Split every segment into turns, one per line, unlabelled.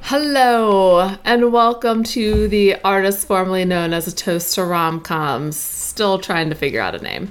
Hello, and welcome to the artist formerly known as a Toaster Romcoms. Still trying to figure out a name.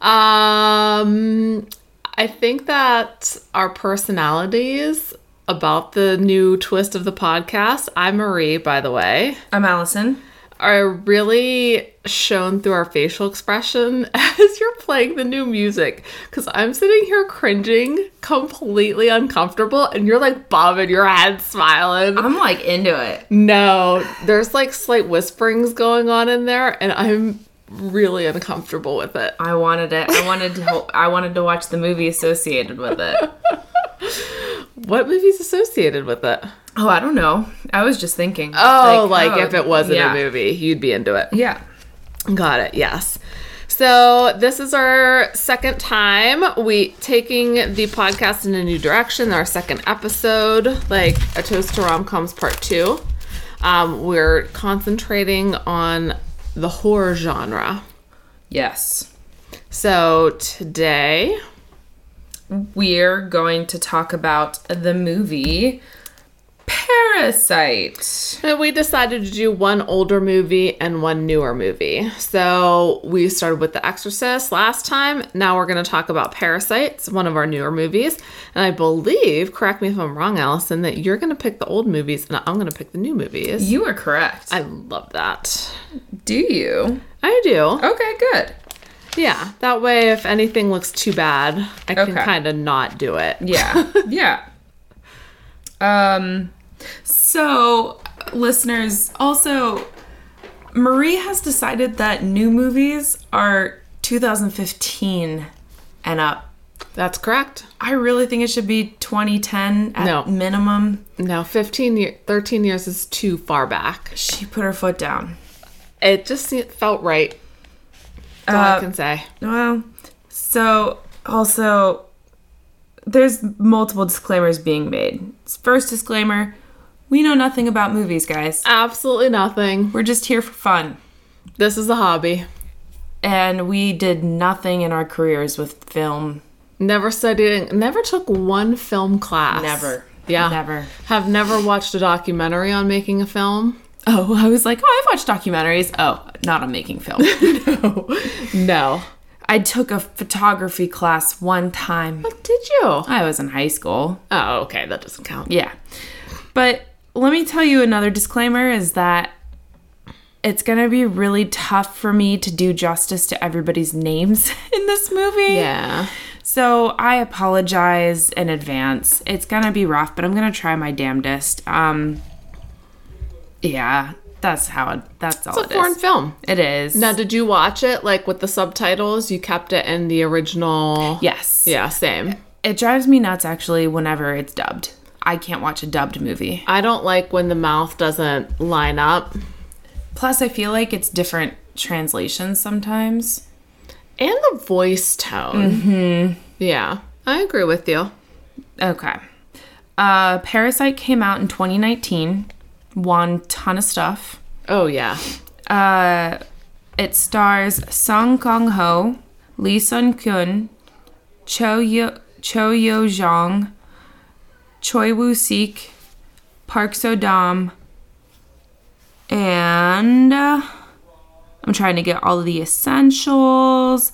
Um, I think that our personalities about the new twist of the podcast, I'm Marie, by the way,
I'm Allison.
are really shown through our facial expression as you're playing the new music. Because I'm sitting here cringing, completely uncomfortable, and you're like bobbing your head, smiling.
I'm like into it.
No, there's like slight whisperings going on in there, and I'm really uncomfortable with it.
I wanted it. I wanted to. ho- I wanted to watch the movie associated with it.
What movie's associated with it?
Oh, I don't know. I was just thinking.
Oh, like,
oh,
if it wasn't
yeah.
a movie, you'd be into it.
Yeah.
Got it. Yes. So this is our second time we taking the podcast in a new direction. Our second episode, like a toast to rom coms part two. Um, we're concentrating on the horror genre.
Yes.
So today
We're going to talk about the movie Parasite.
And we decided to do one older movie and one newer movie. So we started with The Exorcist last time. Now we're going to talk about Parasites, one of our newer movies. And I believe, correct me if I'm wrong, Allison, that you're going to pick the old movies and I'm going to pick the new movies.
You are correct.
I love that.
Do you?
I do.
Okay, good.
Yeah. That way, if anything looks too bad, I can
Okay.
kind of not do it.
Yeah. yeah. Um so listeners also Marie has decided that new movies are 2015 and up.
That's correct.
I really think it should be 2010 at
No.
minimum.
Now, 15 year, 13 years is too far back.
She put her foot down.
It just se- felt right. That's
Uh,
all I can say.
Well, so also there's multiple disclaimers being made. First disclaimer, we know nothing about movies, guys.
Absolutely nothing.
We're just here for fun.
This is a hobby.
and we did nothing in our careers with film.
Never studied, never took one film class.
Never.
Yeah.
Never.
Have never watched a documentary on making a film.
Oh, I was like, oh, I've watched documentaries. Oh, not on making film.
No.
I took a photography class one time.
Did you? Oh,
I was in high school.
okay. That doesn't count.
Yeah. But let me tell you another disclaimer is that it's going to be really tough for me to do justice to everybody's names in this movie.
Yeah.
So I apologize in advance. It's gonna be rough, but I'm gonna try my damnedest. Um, yeah, that's how. It, that's all
It's a
it
foreign
is.
film.
It is.
Now, did you watch it like with the subtitles? You kept it in the original.
yes.
Yeah, same.
It drives me nuts actually. Whenever it's dubbed, I can't watch a dubbed movie.
I don't like when the mouth doesn't line up.
Plus, I feel like it's different translations sometimes.
And the voice tone. Mm-hmm. Yeah, I agree with you.
Okay. Uh, Parasite came out in 2019. Won ton of stuff.
Oh, yeah.
Uh, it stars Song Kang Ho, Lee Sun Kyun, Cho Yo Cho Yo Jong, Choi Woo Sik, Park So Dam, and uh, I'm trying to get all of the essentials.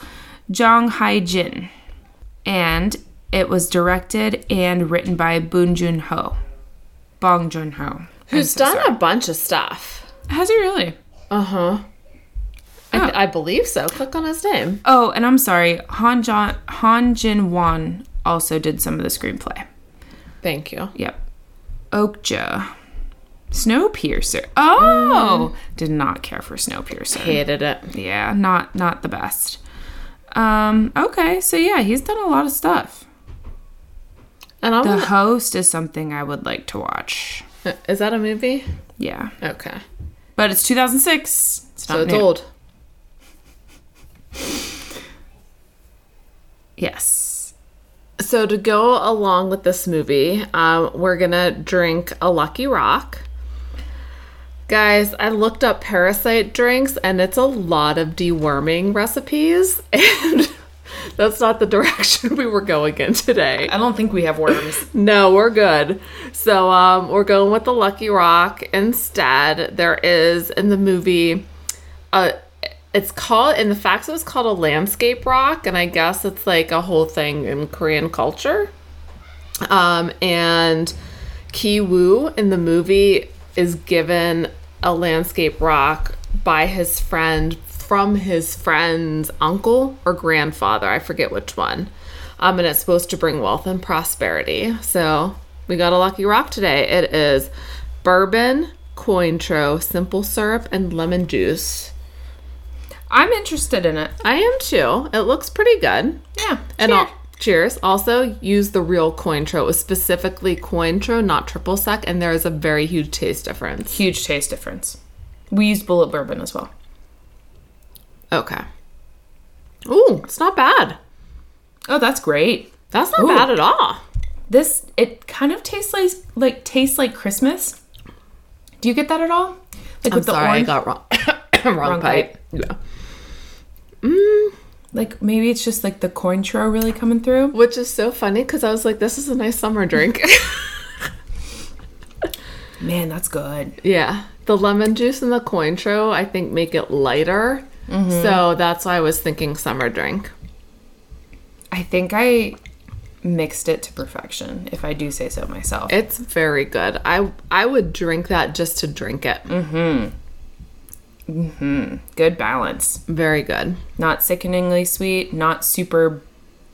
Jong Hai Jin, and it was directed and written by Boon Jun Ho, Bong Jun Ho.
Who's done a bunch of stuff.
Has he really?
Uh huh. I,
Oh.
I believe so. Click on his name.
Oh, and I'm sorry. Han John Han Jin Won also did some of the screenplay.
Thank you.
Yep. Okja. Snowpiercer. Oh, did not care for Snowpiercer.
Hated it.
Yeah, not not the best. Um, okay, so yeah, he's done a lot of stuff.
And I'm.
The Host is something I would like to watch.
is that a movie?
Yeah.
Okay.
But it's 2006. It's not
So it's
new.
old.
Yes.
So to go along with this movie, um, we're gonna drink a Lucky Rock. Guys, I looked up parasite drinks, and it's a lot of deworming recipes. And That's not the direction we were going in today.
I don't think we have worms.
No, we're good. So um, we're going with the Lucky Rock instead. There is in the movie, uh, it's called in the facts it was called a landscape rock, and I guess it's like a whole thing in Korean culture. Um, and Ki Woo in the movie is given a landscape rock by his friend from his friend's uncle or grandfather. I forget which one. Um, and it's supposed to bring wealth and prosperity. So we got a lucky rock today. It is bourbon, cointreau, simple syrup, and lemon juice.
I'm interested in it.
I am too. It looks pretty good.
Yeah.
And
sure.
al- cheers. Also, use the real Cointreau. It was specifically Cointreau, not triple sec, and there is a very huge taste difference.
huge taste difference. We used bullet bourbon as well.
Okay. Ooh, it's not bad.
Oh, that's great.
That's not
Ooh.
bad at all.
This it kind of tastes like like tastes like Christmas. Do you get that at all? Like
I'm sorry, I
orange,
got wrong. wrong,
Wrong
pipe. Yeah.
like maybe it's just like the Cointreau really coming through.
Which is so funny because I was like, this is a nice summer drink.
Man, that's good.
yeah. The lemon juice and the Cointreau, I think, make it lighter.
Mm-hmm.
So that's why I was thinking summer drink.
I think I mixed it to perfection, if I do say so myself.
It's very good. I I would drink that just to drink it.
Mm. good balance.
Very good.
Not sickeningly sweet, not super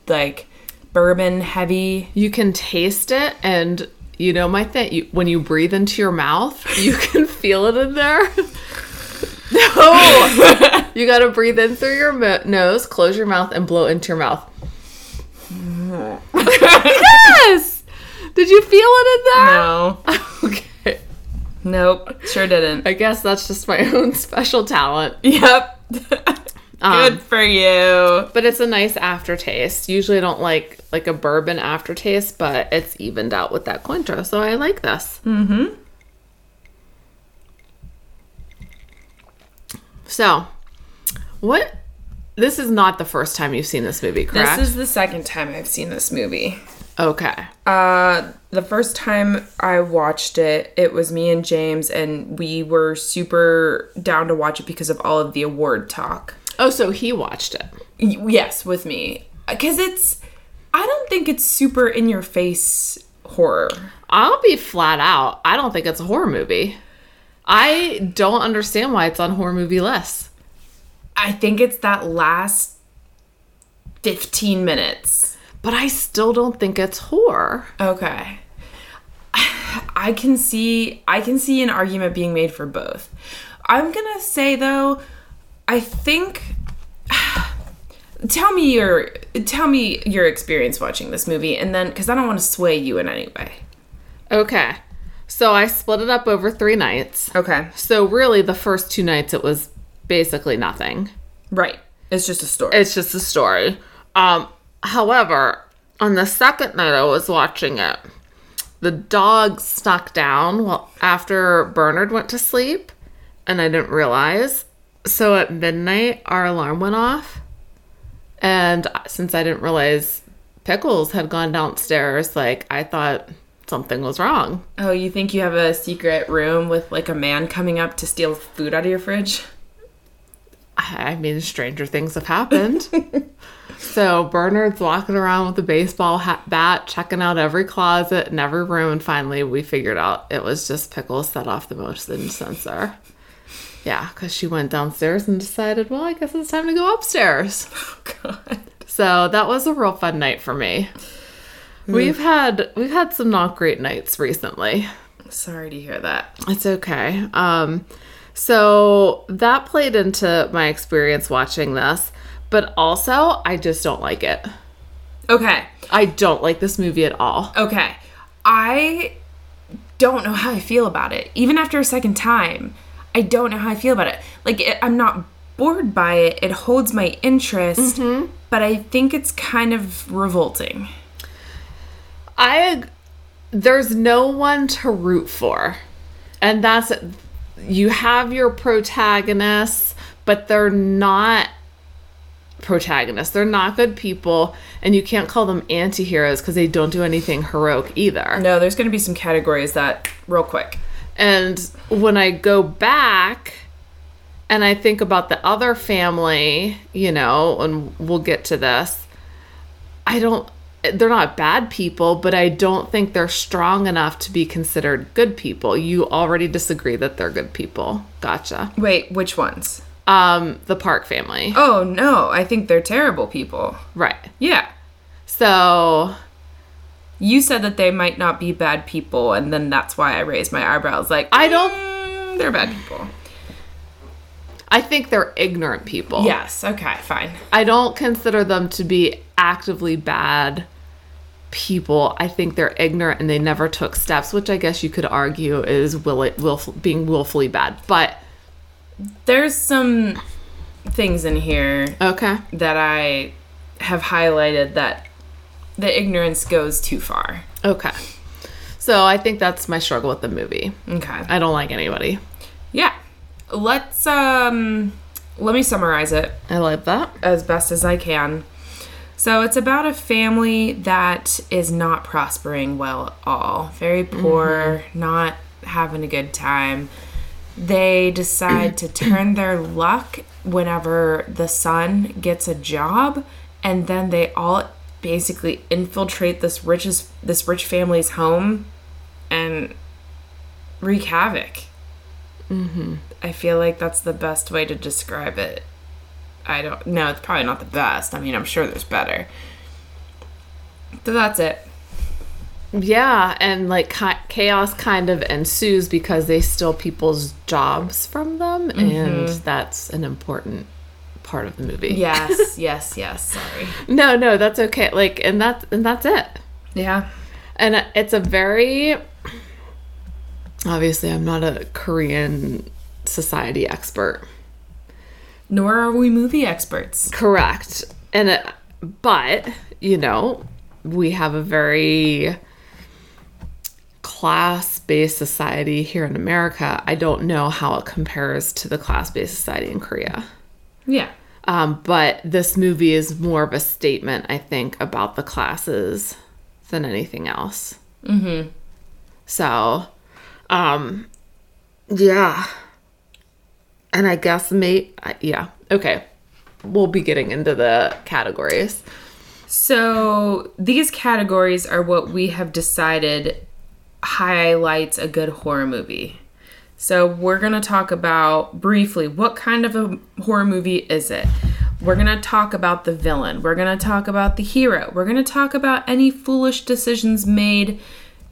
like bourbon heavy.
You can taste it, and you know my thing. You, when you breathe into your mouth, you can feel it in there. no, you got to breathe in through your mo- nose, close your mouth, and blow into your mouth. yes. Did you feel it in there?
No.
Okay.
Nope. Sure didn't.
I guess that's just my own special talent.
Yep.
Um,
Good for you.
But it's a nice aftertaste. Usually I don't like like a bourbon aftertaste, but it's evened out with that Cointreau, so I like this. Mm-hmm. So, what? This is not the first time you've seen this movie, correct?
This is the second time I've seen this movie.
okay.
Uh, the first time I watched it, it was me and James, and we were super down to watch it because of all of the award talk.
Oh, so he watched it.
Y- yes, with me. Because it's, I don't think it's super in your face horror.
I'll be flat out. I don't think it's a horror movie. I don't understand why it's on horror movie lists.
I think it's that last 15 minutes.
But I still don't think it's horror.
Okay. I can see I can see an argument being made for both. I'm going to say though, I think tell me your tell me your experience watching this movie and then cuz I don't want to sway you in any way.
Okay. So I split it up over three nights.
Okay.
So really the first two nights it was basically nothing.
Right. It's just a story.
It's just a story. Um however, on the second night I was watching it, the dog snuck down well after Bernard went to sleep and I didn't realize. So at midnight our alarm went off and since I didn't realize Pickles had gone downstairs, like I thought something was wrong.
oh, you think you have a secret room with like a man coming up to steal food out of your fridge?
I I mean, stranger things have happened. so Bernard's walking around with a baseball hat, bat, checking out every closet and every room, and finally we figured out it was just Pickles set off the motion sensor. Yeah, because she went downstairs and decided, well, I guess it's time to go upstairs.
Oh god.
So that was a real fun night for me. We've had we've had some not great nights recently.
Sorry to hear that.
It's okay. Um, so that played into my experience watching this, but also I just don't like it.
Okay.
I don't like this movie at all.
Okay. I don't know how I feel about it. Even after a second time, I don't know how I feel about it. Like, it, I'm not bored by it. It holds my interest, but I think it's kind of revolting.
I ag- there's no one to root for, and that's you have your protagonists, but they're not protagonists. They're not good people, and you can't call them anti heroes because they don't do anything heroic either.
No, there's going to be some categories that, real quick.
And when I go back and I think about the other family, you know, and we'll get to this, I don't, they're not bad people, but I don't think they're strong enough to be considered good people. You already disagree that they're good people. Gotcha.
Wait, which ones?
Um, the Park family.
Oh, no, I think they're terrible people.
Right.
Yeah.
So,
You said that they might not be bad people, and then that's why I raised my eyebrows. Like,
I don't,
mm, they're bad people.
I think they're ignorant people.
Yes, okay, fine.
I don't consider them to be actively bad people. I think they're ignorant and they never took steps, which I guess you could argue is will it willful, being willfully bad. But
There's some things in here
okay,
that I have highlighted that the ignorance goes too far.
okay. So I think that's my struggle with the movie.
Okay.
I don't like anybody.
Yeah. Let's um let me summarize it
I like that.
as best as I can. So it's about a family that is not prospering well at all. Very poor, not having a good time. They decide to turn their luck whenever the son gets a job and then they all basically infiltrate this richest this rich family's home and wreak havoc. I feel like that's the best way to describe it. I don't know. It's probably not the best. I mean, I'm sure there's better. So that's it.
Yeah, and like ki- chaos kind of ensues because they steal people's jobs from them, and that's an important part of the movie.
Yes, yes, yes. Sorry.
No, no, that's okay. Like, and that's and that's it.
Yeah.
and it's a very obviously i'm not a korean society expert
Nor are we movie experts.
correct and it, but you know we have a very class-based society here in america i don't know how it compares to the class-based society in korea
Yeah.
um, but this movie is more of a statement i think about the classes than anything else mm-hmm. so um yeah and i guess mate yeah okay we'll be getting into the categories
So these categories are what we have decided highlights a good horror movie. So we're going to talk about briefly what kind of a horror movie is it? We're going to talk about the villain. We're going to talk about the hero. We're going to talk about any foolish decisions made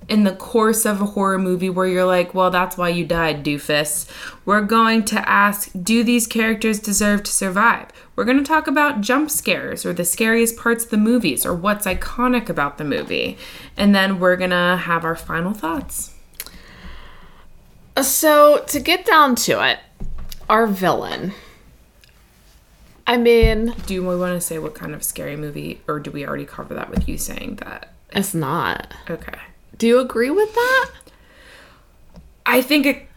in the course of a horror movie where you're like, well, that's why you died, doofus. We're going to ask, do these characters deserve to survive? We're going to talk about jump scares or the scariest parts of the movies or what's iconic about the movie. And then we're going to have our final thoughts.
Uh, so to get down to it our villain i mean
Do we want to say what kind of scary movie or do we already cover that with you saying that?
it's not
Okay.
do you agree with that
I think it.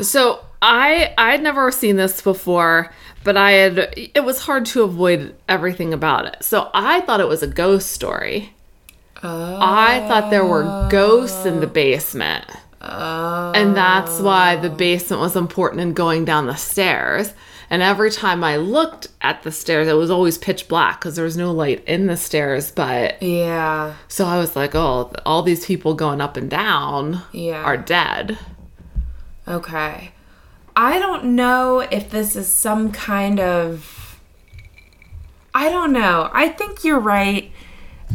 So I I had never seen this before, but I had it was hard to avoid everything about it. So I thought it was a ghost story. I thought there were ghosts in the basement. And that's why the basement was important in going down the stairs. And every time I looked at the stairs, it was always pitch black because there was no light in the stairs. But
Yeah.
so I was like, oh, all these people going up and down
Yeah.
are dead.
Okay. I don't know if this is some kind of. I don't know. I think you're right.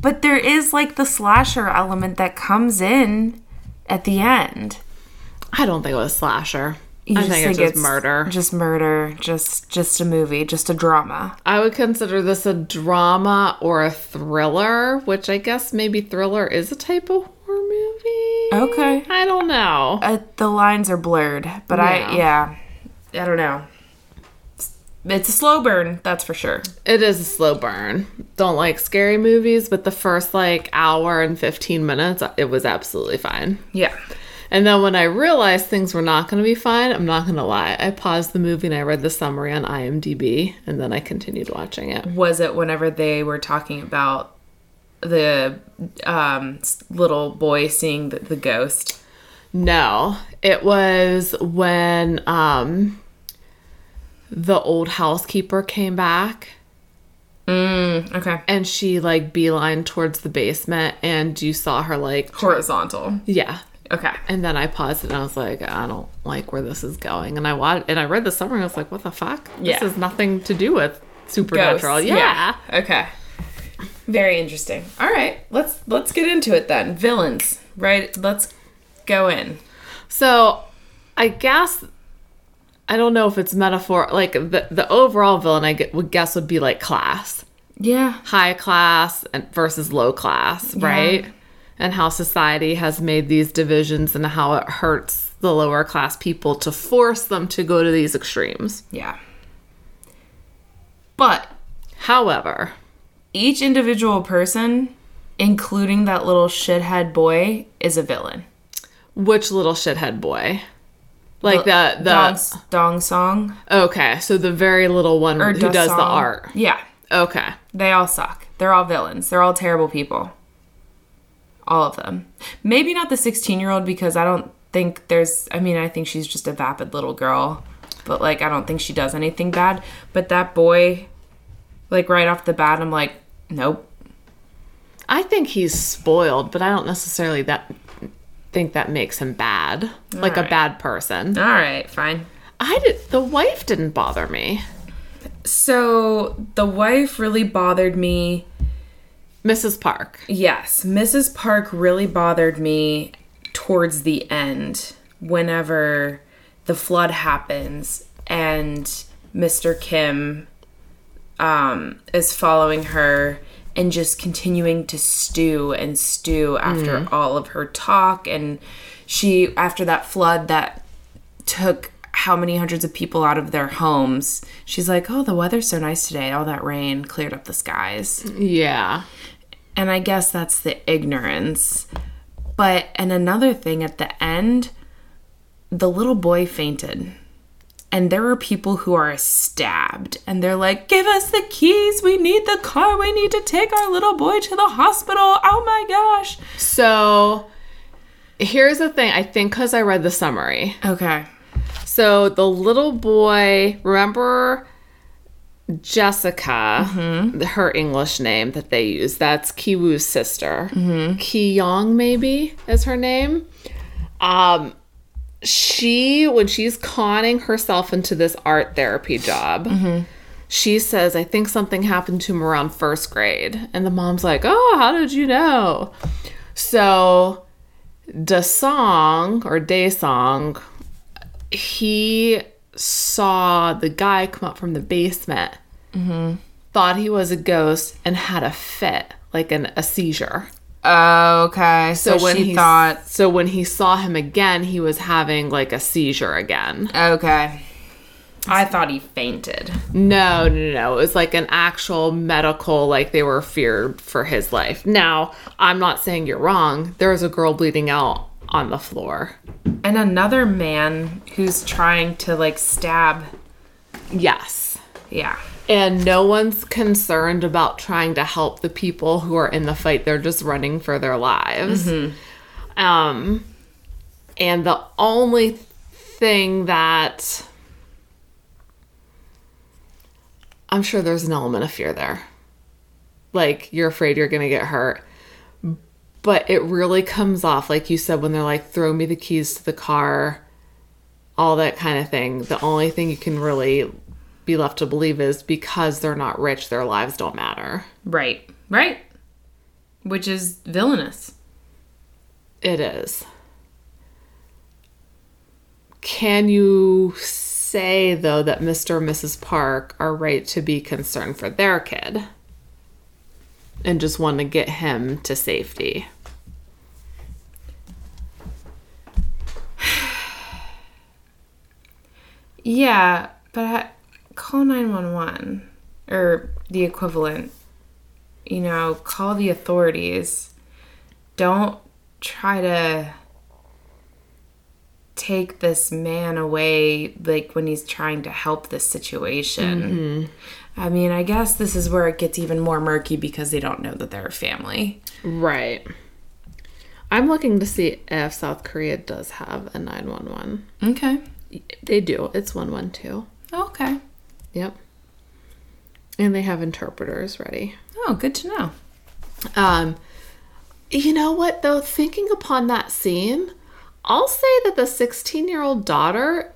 But there is like the slasher element that comes in at the end.
I don't think it was slasher.
You
I think, it's just murder.
Just murder. Just just a movie. Just a drama.
I would consider this a drama or a thriller, which I guess maybe thriller is a type of horror movie.
Okay.
I don't know.
Uh, the lines are blurred, but I yeah. I don't know. It's a slow burn, that's for sure.
It is a slow burn. Don't like scary movies, but the first like hour and 15 minutes, it was absolutely fine.
Yeah.
And then when I realized things were not going to be fine, I'm not going to lie, I paused the movie and I read the summary on IMDb, and then I continued watching it.
Was it whenever they were talking about the um, s- little boy seeing the, the ghost?
No, it was when um, the old housekeeper came back
Okay.
and she like beeline towards the basement, and you saw her like,
Horizontal.
yeah.
Okay.
And then I paused it and I was like, I don't like where this is going. And I watched, and I read the summary. and I was like, what the fuck?
Yeah.
This has nothing to do with
Ghosts.
supernatural. yeah.
Okay. Very interesting. All right. Let's let's get into it then. Villains. Right. Let's go in.
So, I guess I don't know if it's metaphor. Like the the overall villain, I gu- would guess would be like class,
Yeah.
high class and versus low class, right? And how society has made these divisions and how it hurts the lower class people to force them to go to these extremes.
Yeah. But
However,
each individual person, including that little shithead boy, is a villain.
which little shithead boy? Like the the
Dong, Dong Song
okay, so the very little one
or
who
Da
does the
Song.
art.
Yeah,
Okay,
they all suck. They're all villains. They're all terrible people. All of them. Maybe not the 16 year old because I don't think there's. I mean, I think she's just a vapid little girl, but like I don't think she does anything bad. But that boy, like right off the bat, I'm like, nope.
I think he's spoiled, but I don't necessarily that think that makes him bad, like a
right.
bad person.
All right, fine.
I did. The wife didn't bother me,
So the wife really bothered me.
Mrs. Park.
Yes, Mrs. Park really bothered me towards the end whenever the flood happens and Mr. Kim um, is following her and just continuing to stew and stew after all of her talk. And she, after that flood that took how many hundreds of people out of their homes, she's like, Oh, the weather's so nice today. All that rain cleared up the skies.
Yeah,
And I guess that's the ignorance. But, and another thing at the end, the little boy fainted. And there are people who are stabbed, and they're like, Give us the keys. We need the car. We need to take our little boy to the hospital. Oh my gosh.
So here's the thing. I think because I read the summary.
Okay.
So the little boy, remember Jessica, her English name that they use. That's Kiwoo's sister. mm Yong maybe is her name. Um, she when she's conning herself into this art therapy job. She says, I think something happened to him around first grade. And the mom's like, Oh, how did you know? So, Da Song or Day Song, he saw the guy come up from the basement,
Mm-hmm.
thought he was a ghost, and had a fit, like an, a seizure.
Okay. So, when she
he
thought,
so when he saw him again, he was having like a seizure again.
okay. I thought he fainted.
No, no, no. It was like an actual medical, like they were feared for his life. Now, I'm not saying you're wrong. There was a girl bleeding out on the floor.
And another man who's trying to like stab.
Yes.
Yeah.
And no one's concerned about trying to help the people who are in the fight. They're just running for their lives. Um, and the only thing that I'm sure there's an element of fear there. Like you're afraid you're going to get hurt. But it really comes off, like you said, when they're like, throw me the keys to the car, all that kind of thing. The only thing you can really be left to believe is because they're not rich, their lives don't matter.
Right. Right. Which is villainous.
It is. Can you say, though, that Mr. and Mrs. Park are right to be concerned for their kid and just want to get him to safety?
Yeah, but I, call 911 or the equivalent. You know, call the authorities. Don't try to take this man away, like when he's trying to help this situation. I mean, I guess this is where it gets even more murky because they don't know that they're a family.
Right. I'm looking to see if South Korea does have a 911.
Okay.
They do. It's 112.
Okay.
Yep. And they have interpreters ready.
Oh, good to know.
Um, you know what, though? Thinking upon that scene, I'll say that the 16 year old daughter,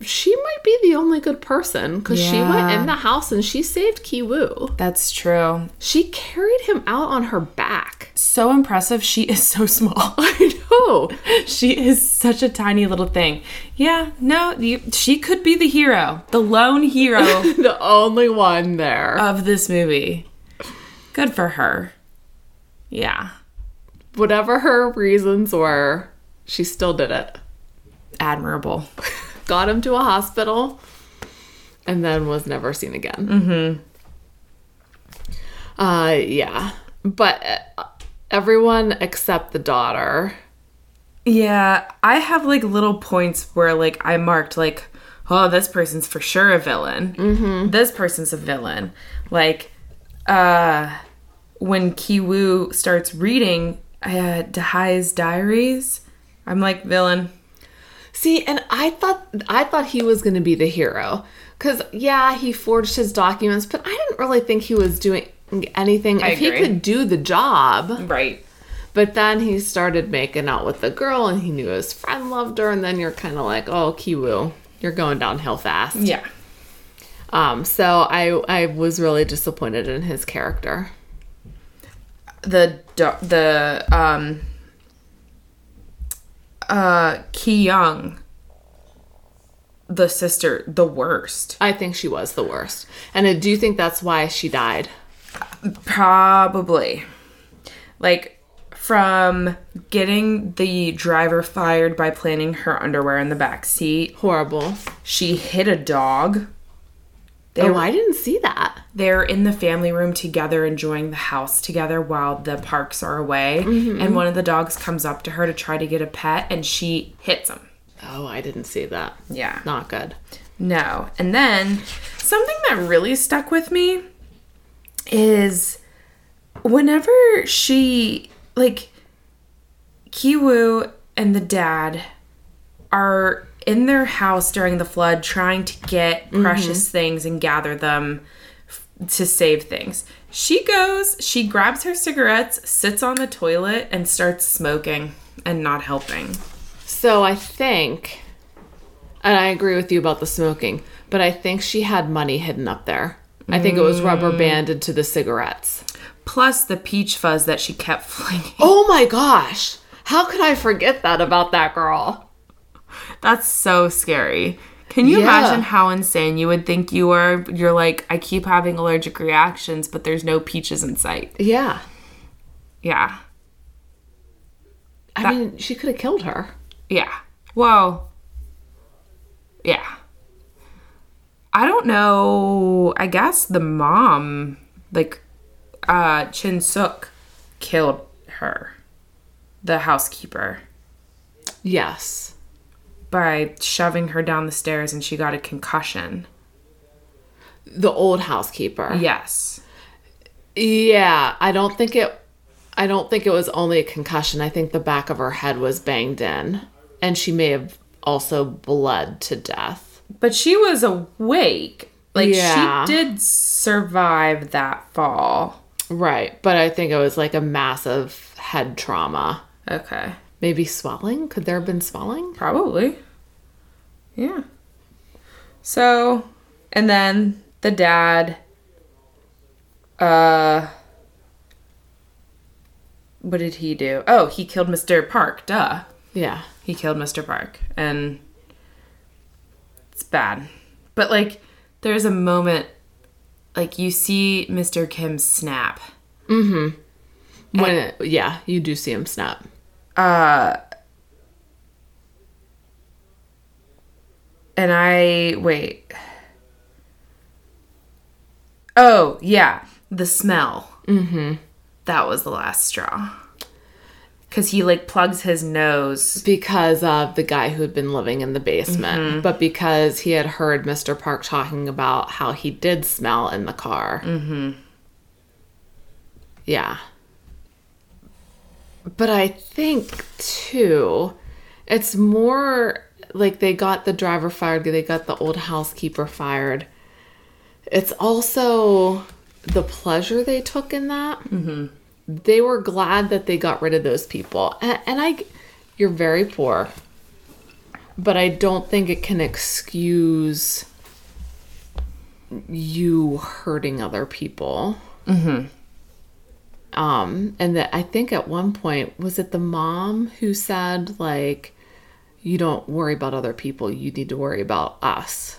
she might be the only good person because she went
Yeah.
in the house and she saved Kiwoo.
That's true.
She carried him out on her back.
So impressive. She is so small.
I know.
she is such a tiny little thing. Yeah, no, you, she could be the hero, the lone hero
the only one there.
of this movie. Good for her. Yeah,
Whatever her reasons were, she still did it.
admirable.
Got him to a hospital and then was never seen again. Mm-hmm. Uh, yeah. But uh, everyone except the daughter.
Yeah, I have like little points where like I marked like, oh, this person's for sure a villain. Mm-hmm. This person's a villain. Like, uh, when Kiwoo starts reading uh, Dahai's diaries, I'm like villain.
See, and I thought I thought he was going to be the hero cuz yeah, he forged his documents, but I didn't really think he was doing anything if he
agree. Mm-hmm.
could do the job.
Right.
But then he started making out with the girl and he knew his friend loved her. And then you're kind of like, oh, Kiwoo, you're going downhill fast.
Yeah.
Um, so I, I was really disappointed in his character.
the do- the um uh Ki Young the sister the worst
I think she was the worst. And I do think that's why she died.
probably like from getting the driver fired by planting her underwear in the back seat
Horrible.
she hit a dog they
Oh, I didn't see that.
they're in the family room together enjoying the house together while the parks are away and one of the dogs comes up to her to try to get a pet and she hits him
Oh, I didn't see that.
yeah
Not good.
No. And then something that really stuck with me is whenever she like Kiwoo and the dad are in their house during the flood trying to get precious things and gather them f- to save things. She goes, she grabs her cigarettes, sits on the toilet and starts smoking and not helping.
So I think, and I agree with you about the smoking, but I think she had money hidden up there. I think it was
Mm.
rubber banded to the cigarettes.
Plus the peach fuzz that she kept flinging.
Oh my gosh. How could I forget that about that girl?
That's so scary. Can you
Yeah.
imagine how insane you would think you were? You're like, I keep having allergic reactions, but there's no peaches in sight.
Yeah.
Yeah.
I mean, she could have killed her.
Yeah. Well, yeah. I don't know. I guess the mom, like, uh, Chin Suk killed her, the housekeeper,
Yes.
by shoving her down the stairs and she got a concussion.
The old housekeeper.
Yes.
Yeah, I don't think it I don't think it was only a concussion. I think the back of her head was banged in and she may have also bled to death.
But she was awake. Like
Yeah.
she did survive that fall.
Right, but I think it was like a massive head trauma.
Okay.
Maybe swelling? Could there have been swelling?
Probably. Yeah. So, and then the dad uh what did he do? Oh, he killed Mr. Park. Duh.
Yeah.
He killed Mr. Park and it's bad. But like there's a moment like you see Mr. Kim snap.
When it, yeah, you do see him snap.
and I wait. Oh yeah, the smell. Mm-hmm. That was the last straw. because he like plugs his nose.
because of the guy who had been living in the basement, but because he had heard Mr. Park talking about how he did smell in the car. Mm-hmm. Yeah. But I think, too, it's more like they got the driver fired, they got the old housekeeper fired. It's also the pleasure they took in that they were glad that they got rid of those people. And, and I, you're very poor, but I don't think it can excuse you hurting other people. Mm-hmm. Um, and that I think at one point was it the mom who said like, "You don't worry about other people. You need to worry about us."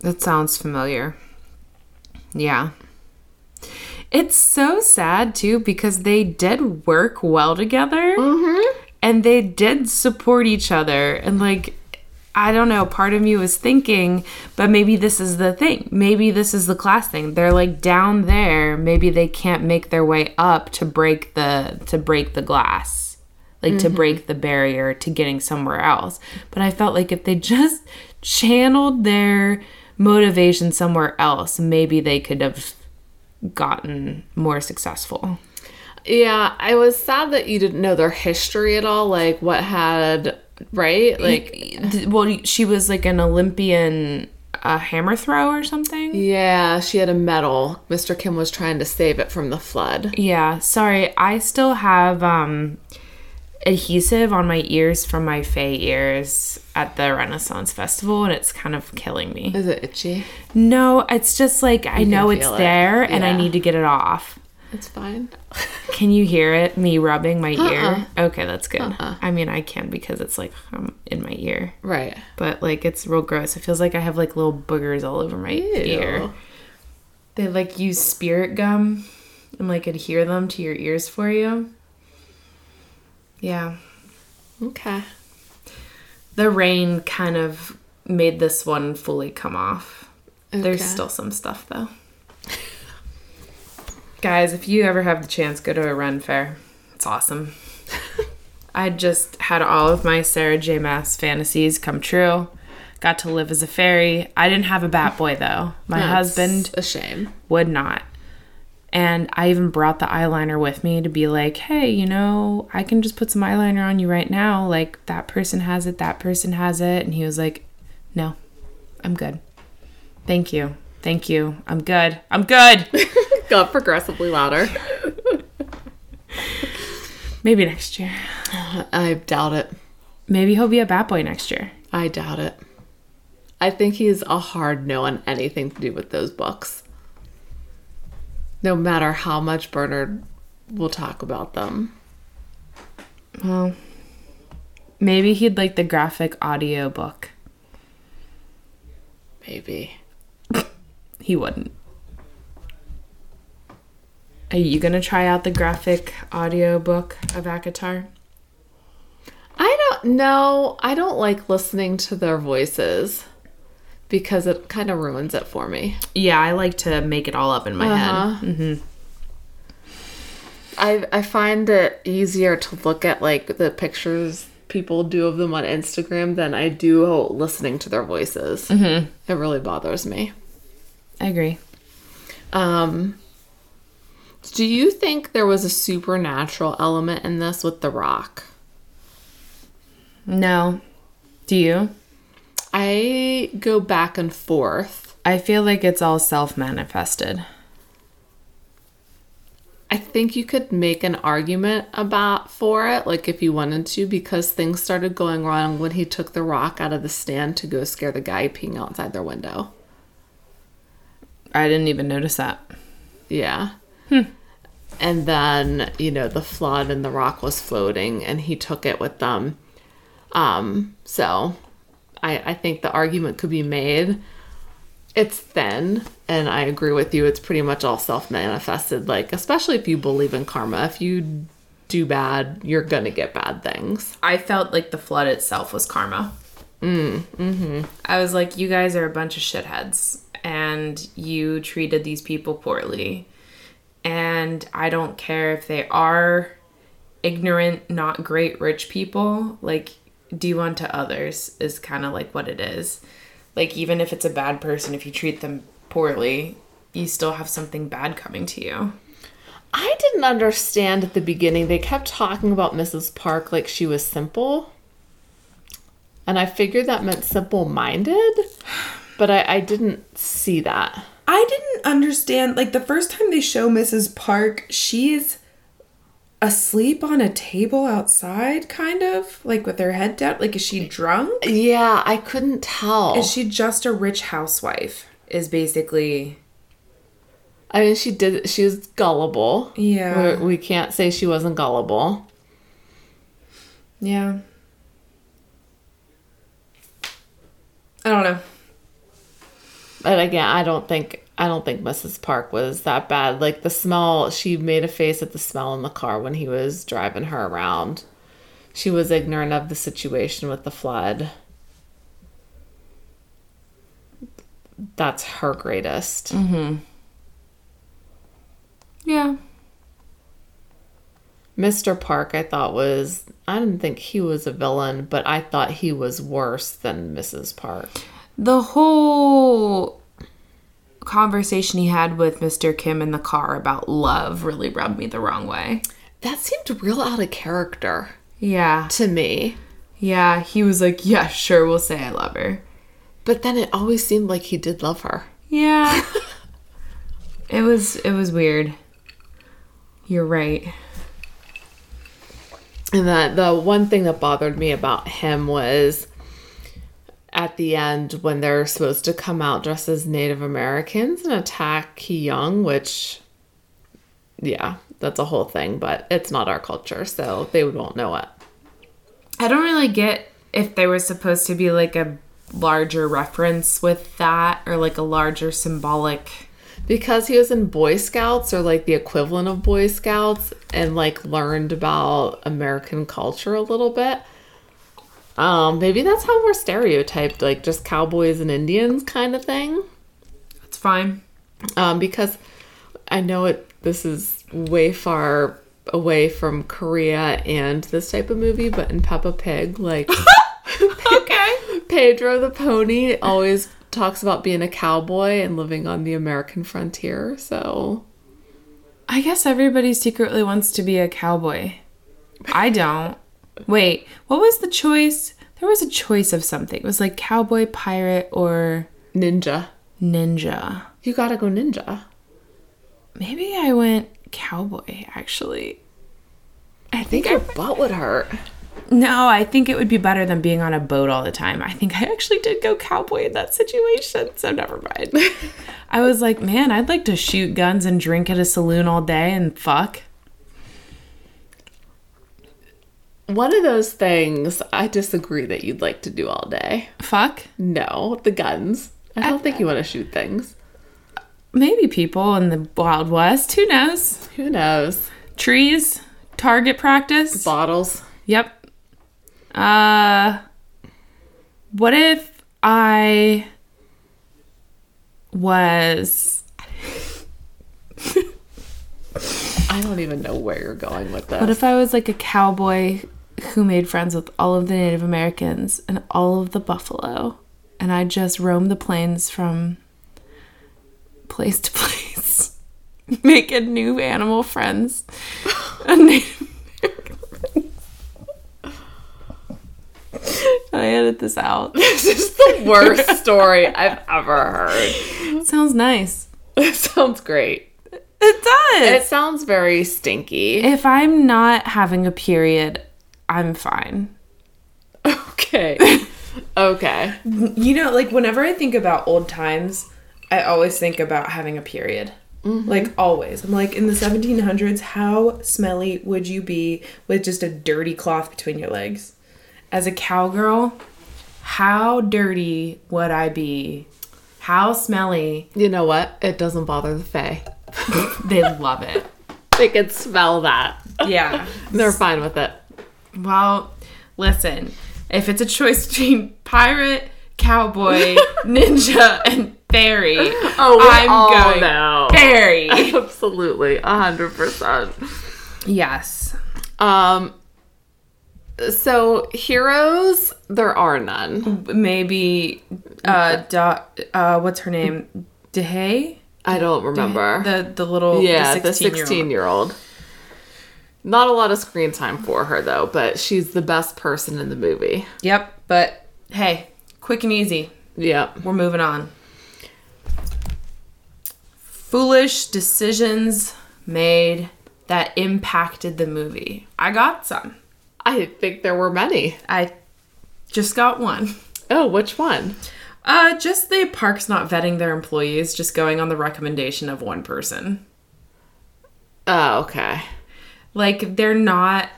That sounds familiar. Yeah. It's so sad too because they did work well together and they did support each other. And like, I don't know, part of me was thinking, but maybe this is the thing. Maybe this is the class thing. They're like down there, maybe they can't make their way up to break the to break the glass. Like to break the barrier to getting somewhere else. But I felt like if they just channeled their motivation somewhere else, maybe they could have gotten more successful.
Yeah, I was sad that you didn't know their history at all. Like what had right like
Th- Well, she was like an Olympian uh, hammer thrower or something.
Yeah, she had a medal. Mr. Kim was trying to save it from the flood.
Yeah, sorry. I still have um, adhesive on my ears from my Fay ears at the Renaissance Festival, and it's kind of killing me.
Is it itchy?
No, it's just like I know it's
feel it.
there and I
Yeah.
need to get it off.
It's fine.
Can you hear it? Me rubbing my ear?
Uh-uh.
Okay, that's good. I mean, I can because it's like um, in my ear.
Right.
but like it's real gross. It feels like I have like little boogers all over my ear. They like use spirit gum and like adhere them to your ears for you. Yeah.
Okay.
The rain kind of made this one fully come off. There's
Okay.
still some stuff though. Guys, if you ever have the chance, go to a run fair. It's awesome. I just had all of my Sarah J. Mass fantasies come true. Got to live as a fairy. I didn't have a bat boy though. My
That's
husband
A shame.
would not. And I even brought the eyeliner with me to be like, hey, you know, I can just put some eyeliner on you right now. Like, that person has it, that person has it. And he was like, no, I'm good. Thank you. Thank you. I'm good. I'm good.
Got progressively louder.
Maybe next year.
I doubt it.
Maybe he'll be a bat boy next year.
I doubt it. I think he's a hard no on anything to do with those books. No matter how much Bernard will talk about them.
Well, maybe he'd like the graphic audio book.
Maybe.
He wouldn't. Are you going to try out the graphic audio book of Akatar?
I don't know. I don't like listening to their voices because it kind of ruins it for me.
Yeah, I like to make it all up in my
Uh-huh.
head.
Mm-hmm. I I find it easier to look at like the pictures people do of them on Instagram than I do listening to their voices. Mm-hmm. It really bothers me.
I agree.
Um, do you think there was a supernatural element in this with The Rock?
No. Do you?
I go back and forth.
I feel like it's all self manifested.
I think you could make an argument about for it, like if you wanted to, because things started going wrong when he took the rock out of the stand to go scare the guy peeing outside their window.
I didn't even notice that.
Yeah. And then, you know, the flood and the rock was floating and he took it with them. Um, so I, I think the argument could be made. It's thin, and I agree with you. It's pretty much all self manifested, like, especially if you believe in karma. If you do bad, you're going to get bad things.
I felt like the flood itself was karma. Mm, mm-hmm. I was like, you guys are a bunch of shitheads, and you treated these people poorly, And I don't care if they are ignorant, not great rich people. Like, do unto others is kind of like what it is. Like, even if it's a bad person, if you treat them poorly, you still have something bad coming to you.
I didn't understand at the beginning. They kept talking about Mrs. Park like she was simple. And I figured that meant simple minded, but I, I didn't see that.
I didn't understand. Like the first time they show Mrs. Park, she's asleep on a table outside, kind of like with her head down. Like, is she drunk?
Yeah, I couldn't tell.
Is she just a rich housewife?
Is basically
I mean, she did. She was gullible.
Yeah.
we, we can't say she wasn't gullible.
Yeah. I don't know.
But again, I don't think I don't think Mrs. Park was that bad. Like the smell, she made a face at the smell in the car when he was driving her around. She was ignorant of the situation with the flood. That's her greatest.
Yeah.
Mr. Park, I thought was I didn't think he was a villain, but I thought he was worse than Mrs. Park.
The whole conversation he had with Mr. Kim in the car about love really rubbed me the wrong way.
That seemed real out of character
Yeah.
to me.
Yeah, he was like, "Yeah, sure, we'll say I love her."
But then it always seemed like he did love her.
Yeah. it was it was weird. You're right.
And that the one thing that bothered me about him was at the end when they're supposed to come out dressed as Native Americans and attack Ki Young, which, yeah, that's a whole thing, but it's not our culture, so they won't know it.
I don't really get if there was supposed to be like a larger reference with that or like a larger symbolic
Because he was in Boy Scouts or like the equivalent of Boy Scouts and like learned about American culture a little bit. Um, maybe that's how we're stereotyped, like just cowboys and Indians kind of thing.
It's fine.
um, because I know it. This is way far away from Korea and this type of movie, but in Peppa Pig, like
Okay.
Pedro the pony always talks about being a cowboy and living on the American frontier. So
I guess everybody secretly wants to be a cowboy. I don't. Wait, what was the choice? There was a choice of something. It was like cowboy, pirate, or
ninja,
ninja.
you gotta go ninja.
Maybe I went cowboy, actually. I
I think
think I.
your butt would hurt.
No, I think it would be better than being on a boat all the time. I think I actually did go cowboy in that situation, so never mind. I was like, man, I'd like to shoot guns and drink at a saloon all day and fuck.
One of those things I disagree that you'd like to do all day.
Fuck?
No, the guns. I don't think you want to shoot things.
Maybe people in the Wild West. Who knows?
Who knows?
Trees, target practice.
Bottles.
Yep. Uh, what if I was?
I don't even know where you're going with this.
What if I was like a cowboy who made friends with all of the Native Americans and all of the buffalo, and I just roamed the plains from place to place, making new animal friends. And Native American friends. I edit this out.
this is the worst story I've ever heard.
Sounds nice.
It sounds great.
It
It
does.
sounds very stinky.
if I'm not having a period, I'm fine.
Okay. Okay.
You know, like whenever I think about old times, I always think about having a period.
Mm-hmm.
Like always. I'm like in the 1700s, how smelly would you be with just a dirty cloth between your legs?
As a cowgirl, how dirty would I be? How smelly?
You know what? It doesn't bother the Fae.
They love it.
They can smell that.
Yeah.
They're fine with it.
Well, listen, if it's a choice between pirate, cowboy, ninja, and
fairy.
Oh, we
I'm
all
going
know.
fairy.
Absolutely, a hundred percent.
yes.
Um, so heroes, there are none.
Maybe uh, Do- uh what's her name? DeHay?
I don't remember.
The the little
yeah,
the
the
16 year old.
sixteen-year-old. Not a lot of screen time for her though, but she's the best person in the movie.
Yep, but hey, quick and easy.
Yep.
We're moving on. Foolish decisions made that impacted the movie. I got some.
I think there were many.
I just got one.
Oh, which one?
Uh, just the parks not vetting their employees, just going on the recommendation of one person.
Oh, okay.
Like they're not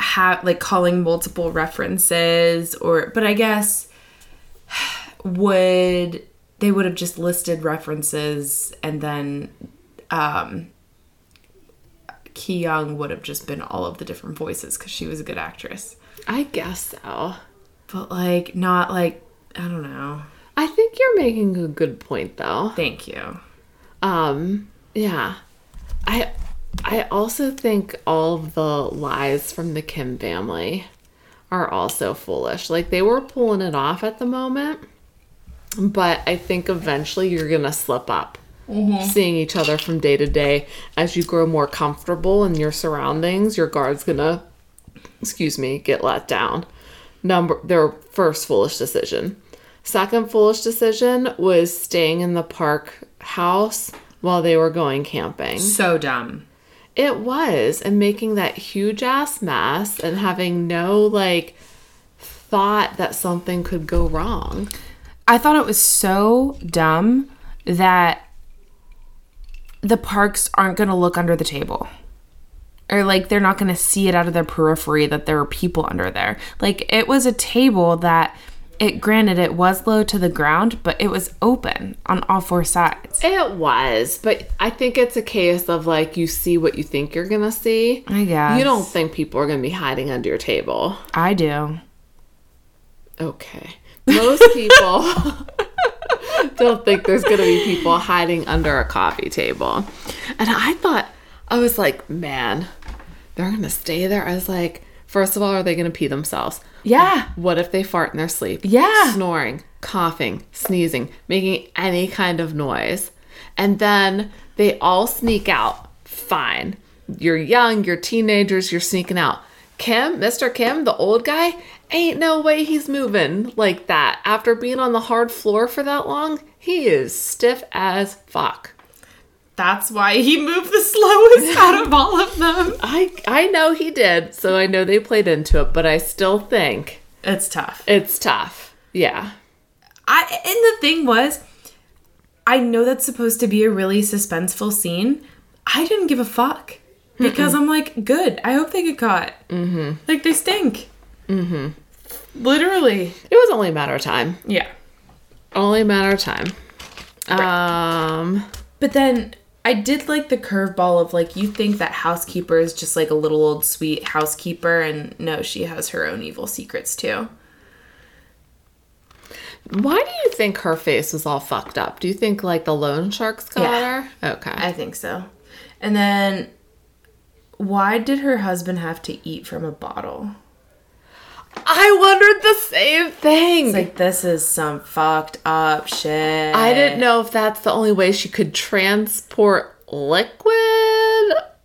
have like calling multiple references or but I guess would they would have just listed references and then um Ki Young would have just been all of the different voices because she was a good actress.
I guess so.
But like not like I don't know.
I think you're making a good point though.
Thank you.
Um, yeah. I I also think all of the lies from the Kim family are also foolish. Like they were pulling it off at the moment, but I think eventually you're going to slip up. Seeing each other from day to day as you grow more comfortable in your surroundings, your guard's going to excuse me, get let down. Number their first foolish decision. Second foolish decision was staying in the park house while they were going camping.
So dumb.
It was, and making that huge ass mess and having no like thought that something could go wrong.
I thought it was so dumb that the parks aren't going to look under the table. Or like they're not going to see it out of their periphery that there are people under there. Like it was a table that it granted it was low to the ground, but it was open on all four sides.
It was, but I think it's a case of like you see what you think you're gonna see.
I guess.
You don't think people are gonna be hiding under your table.
I do.
Okay. Most people don't think there's going to be people hiding under a coffee table. And I thought, I was like, man, they're going to stay there. I was like, first of all, are they going to pee themselves?
Yeah.
What if they fart in their sleep?
Yeah.
Snoring, coughing, sneezing, making any kind of noise. And then they all sneak out. Fine. You're young, you're teenagers, you're sneaking out. Kim, Mr. Kim, the old guy, ain't no way he's moving like that. After being on the hard floor for that long, he is stiff as fuck.
That's why he moved the slowest out of all of them.
I I know he did, so I know they played into it, but I still think
It's tough.
it's tough. Yeah.
I and the thing was, I know that's supposed to be a really suspenseful scene. I didn't give a fuck because I'm like, good. I hope they get caught. Mm-hmm. Like they stink. Mm-hmm. Literally.
It was only a matter of time.
Yeah.
Only a matter of time. Um,
But then I did like the curveball of like you think that housekeeper is just like a little old sweet housekeeper, and no, she has her own evil secrets too.
why do you think her face was all fucked up? Do you think like the loan sharks got
Yeah.
her? Okay.
I think so. And then, why did her husband have to eat from a bottle?
I wondered the same thing.
It's like this is some fucked up shit.
I didn't know if that's the only way she could transport liquid.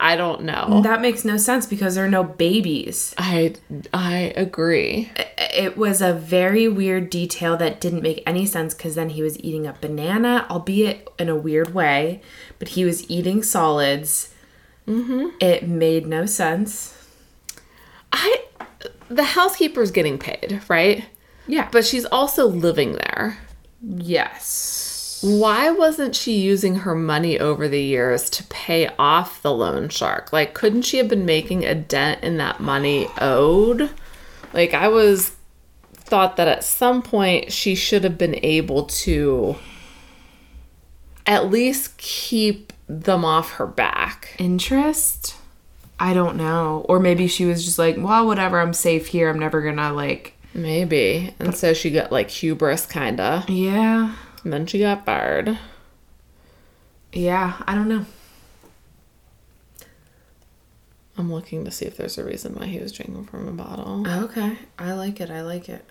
I don't know.
That makes no sense because there are no babies.
I I agree.
It was a very weird detail that didn't make any sense because then he was eating a banana, albeit in a weird way, but he was eating solids. Mm-hmm. It made no sense.
I the housekeeper's getting paid, right?
Yeah. But
But she's also living there.
yes.
Why wasn't she using her money over the years to pay off the loan shark? Like, couldn't she have been making a dent in that money owed? Like, I was thought that at some point she should have been able to at least keep them off her back.
Interest?
I don't know. Or maybe she was just like, well, whatever, I'm safe here. I'm never gonna like.
Maybe. And so she got like hubris, kinda.
Yeah.
And then she got fired.
Yeah, I don't know.
I'm looking to see if there's a reason why he was drinking from a bottle.
Okay. I like it. I like it.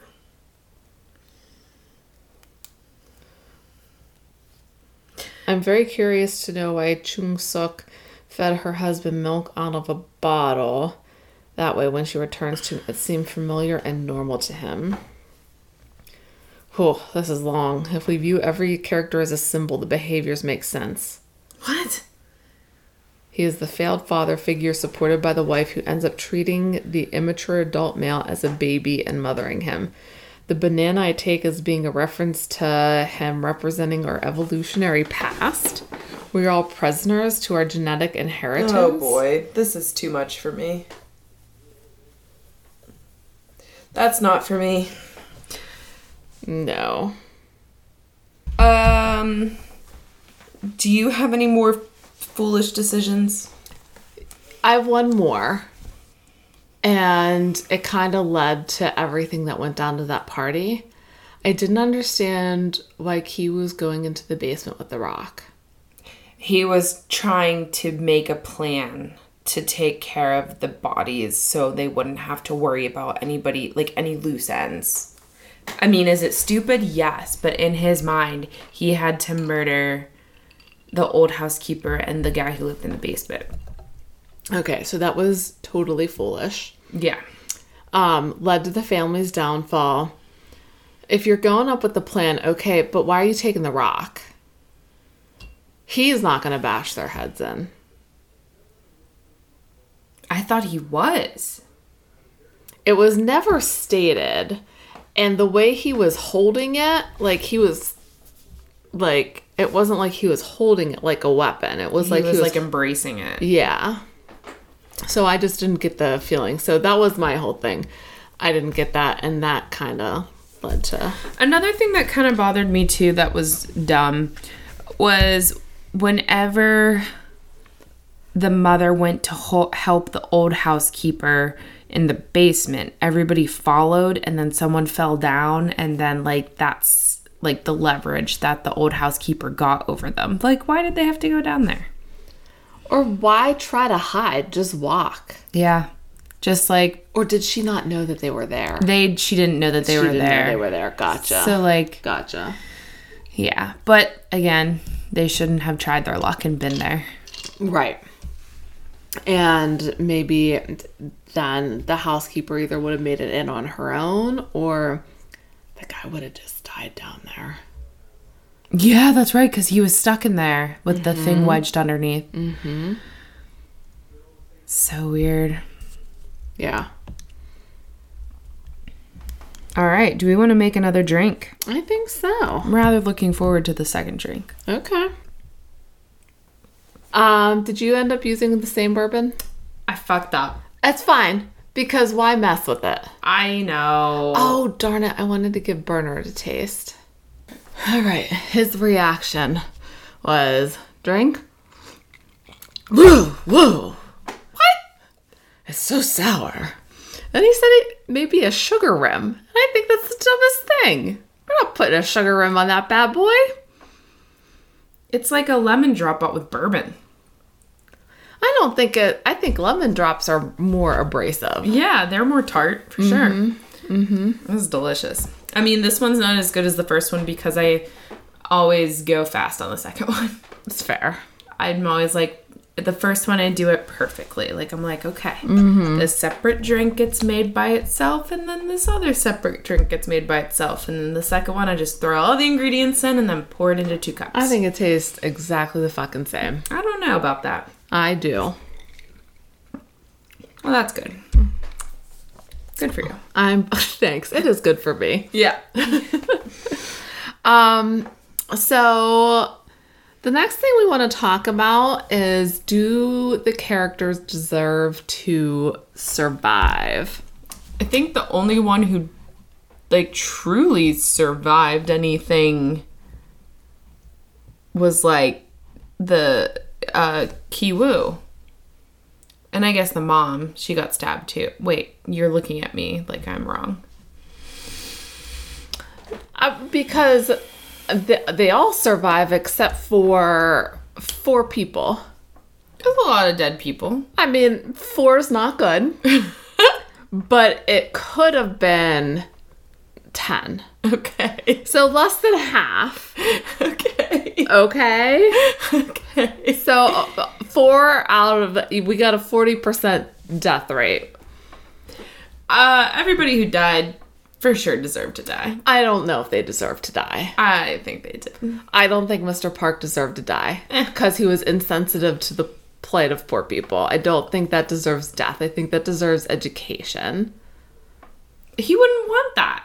I'm very curious to know why Chung Suk fed her husband milk out of a bottle. That way, when she returns to him, it seemed familiar and normal to him. Whew, this is long. If we view every character as a symbol, the behaviors make sense.
What?
He is the failed father figure supported by the wife who ends up treating the immature adult male as a baby and mothering him. The banana I take as being a reference to him representing our evolutionary past. We are all prisoners to our genetic inheritance.
Oh boy, this is too much for me. That's not for me.
No.
Um, do you have any more foolish decisions?
I have one more. And it kind of led to everything that went down to that party. I didn't understand why Key was going into the basement with the rock.
He was trying to make a plan to take care of the bodies so they wouldn't have to worry about anybody, like any loose ends. I mean, is it stupid? Yes, but in his mind, he had to murder the old housekeeper and the guy who lived in the basement.
Okay, so that was totally foolish.
Yeah.
um, led to the family's downfall. If you're going up with the plan, okay, but why are you taking the rock? He's not going to bash their heads in.
I thought he was.
It was never stated. And the way he was holding it, like he was, like, it wasn't like he was holding it like a weapon. It was
He
like
was
he was
like embracing it.
Yeah. So I just didn't get the feeling. So that was my whole thing. I didn't get that. And that kind of led to.
Another thing that kind of bothered me too that was dumb was whenever the mother went to ho- help the old housekeeper in the basement, everybody followed and then someone fell down and then like that's like the leverage that the old housekeeper got over them. Like why did they have to go down there?
Or why try to hide? Just walk.
Yeah. Just like
Or did she not know that they were there?
they she didn't know that they
she
were
didn't
there.
know they were there. Gotcha.
So like
gotcha.
yeah, but again, they shouldn't have tried their luck and been there.
Right. And maybe then the housekeeper either would have made it in on her own or the guy would have just died down there.
Yeah, that's right, because he was stuck in there with the thing wedged underneath. Mm-hmm. So weird.
Yeah.
All right, do we want to make another drink?
I think so.
I'm rather looking forward to the second drink.
Okay. Um, did you end up using the same bourbon?
I fucked up.
That's fine. Because why mess with it?
I know.
Oh, darn it. I wanted to give Burner a taste. All right. His reaction was drink. Woo, woo. What? It's so sour. Then he said it may be a sugar rim. And I think that's the dumbest thing. We're not putting a sugar rim on that bad boy.
It's like a lemon drop out with bourbon.
I don't think it, I think lemon drops are more abrasive.
Yeah, they're more tart for sure. Mm-hmm. This is delicious. I mean, this one's not as good as the first one because I always go fast on the second one.
It's fair.
I'm always like the first one I do it perfectly. Like I'm like, okay, this separate drink gets made by itself, and then this other separate drink gets made by itself, and then the second one I just throw all the ingredients in and then pour it into two cups.
I think it tastes exactly the fucking same.
I don't know about that.
I do.
Well, that's good. Good for you.
I'm, thanks. It is good for me. Um,
Yeah.
So, the next thing we want to talk about is do the characters deserve to survive?
I think the only one who like truly survived anything was like the uh Kiwoo. And I guess the mom, she got stabbed too. Wait, you're looking at me like I'm wrong.
Uh, because th- they all survive except for four people.
There's a lot of dead people.
I mean, four is not good, but it could have been 10.
Okay.
So less than half.
Okay.
Okay.
Okay.
So uh, four out of we got a 40% death rate.
Uh, everybody who died for sure deserved to die.
I don't know if they deserve to die.
I think they did.
I don't think Mr. Park deserved to die because he was insensitive to the plight of poor people. I don't think that deserves death. I think that deserves education.
He wouldn't want that.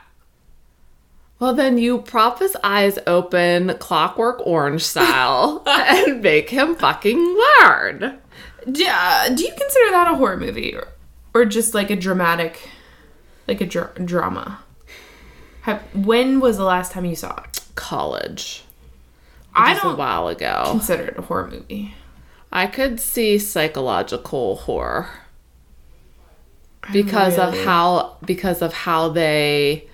Well, then you prop his eyes open, clockwork orange style, and make him fucking learn.
Do, uh, do you consider that a horror movie or, or just like a dramatic, like a dra- drama? Have, when was the last time you saw it?
College.
I
Just a
don't
while ago.
consider it a horror movie.
I could see psychological horror because
Really?
of how because of how they